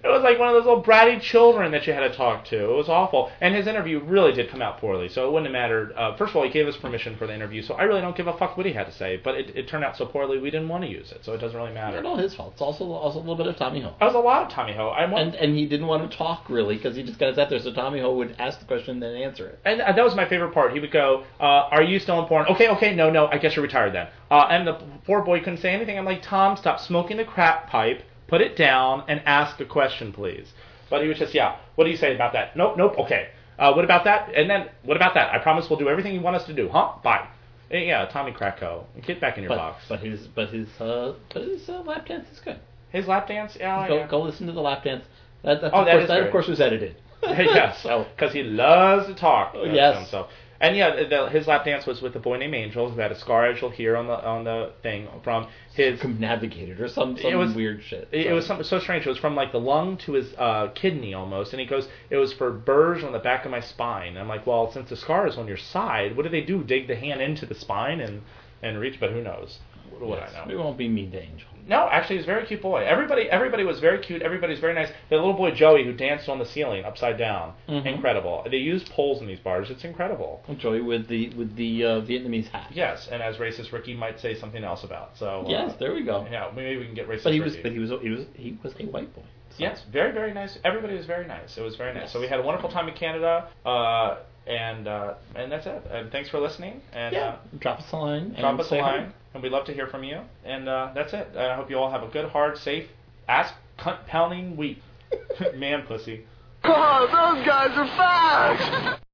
[SPEAKER 2] It was like one of those little bratty children that you had to talk to. It was awful. And his interview really did come out poorly, so it wouldn't have mattered. Uh, first of all, he gave us permission for the interview, so I really don't give a fuck what he had to say, but it, it turned out so poorly we didn't want to use it, so it doesn't really matter.
[SPEAKER 4] not all his fault. It's also also a little bit of Tommy Ho.
[SPEAKER 2] That was a lot of Tommy Ho. I want,
[SPEAKER 4] And and he didn't want to talk really because he just kind of sat there. So Tommy Ho would ask the question then answer it.
[SPEAKER 2] And uh, that was my favorite part. He would go, uh, "Are you still in porn?" Okay, okay, no, no. I guess you're retired then. Uh, and the poor boy couldn't say anything. I'm like, Tom, stop smoking the crap pipe. Put it down and ask a question, please. But he was just, yeah. What do you say about that? Nope, nope. Okay. Uh, what about that? And then what about that? I promise we'll do everything you want us to do, huh? Bye. Uh, Yeah, Tommy Krakow, get back in your
[SPEAKER 4] But,
[SPEAKER 2] box.
[SPEAKER 4] but his but his uh, but his uh, lap dance is good.
[SPEAKER 2] His lap dance, yeah,
[SPEAKER 4] Go
[SPEAKER 2] Oh, yeah.
[SPEAKER 4] go listen to the lap dance. That, that,
[SPEAKER 2] Oh,
[SPEAKER 4] of
[SPEAKER 2] that
[SPEAKER 4] course,
[SPEAKER 2] is
[SPEAKER 4] that
[SPEAKER 2] great.
[SPEAKER 4] of course
[SPEAKER 2] <laughs>
[SPEAKER 4] was edited.
[SPEAKER 2] yes,
[SPEAKER 4] <laughs> So-
[SPEAKER 2] because he loves to talk.
[SPEAKER 4] Oh,
[SPEAKER 2] about
[SPEAKER 4] yes.
[SPEAKER 2] himself. And yeah, the, his lap dance was with a boy named Angel who had a scar, as you'll hear on the on the thing from his.
[SPEAKER 4] Circumnavigated or some some
[SPEAKER 2] It was-
[SPEAKER 4] weird shit.
[SPEAKER 2] It, it
[SPEAKER 4] So-
[SPEAKER 2] was something so strange. It was from like the lung to his uh, kidney almost, and he goes, "It was for burrs on the back of my spine." I'm like, "Well, since the scar is on your side, what do they do? Dig the hand into the spine and and reach?" But who knows? What do
[SPEAKER 4] Yes,
[SPEAKER 2] I know?
[SPEAKER 4] We won't be mean to Angel.
[SPEAKER 2] No, actually, he's a very cute boy. Everybody, everybody was very cute. Everybody's very nice. The little boy Joey who danced on the ceiling upside down,
[SPEAKER 4] Mhm.
[SPEAKER 2] incredible. They use poles in these bars. It's incredible.
[SPEAKER 4] Joey with the with the uh, Vietnamese hat.
[SPEAKER 2] Yes, and as racist Ricky might say something else about. So uh,
[SPEAKER 4] Yes, there we go.
[SPEAKER 2] yeah, maybe we can get racist.
[SPEAKER 4] But he was
[SPEAKER 2] Ricky.
[SPEAKER 4] but he was he was he was a white boy. So-
[SPEAKER 2] Yes, very, very nice. Everybody was very nice. It was very nice.
[SPEAKER 4] Yes.
[SPEAKER 2] So we had a wonderful time in Canada, uh, and uh, and that's it. And thanks for listening. And
[SPEAKER 4] Yeah.
[SPEAKER 2] uh,
[SPEAKER 4] Drop us a line.
[SPEAKER 2] drop
[SPEAKER 4] and
[SPEAKER 2] us a
[SPEAKER 4] say hi.
[SPEAKER 2] line, and we'd love to hear from you. And uh, that's it. I hope you all have a good, hard, safe, ass cunt pounding week. <laughs> Man, pussy.
[SPEAKER 8] God, those guys are fast!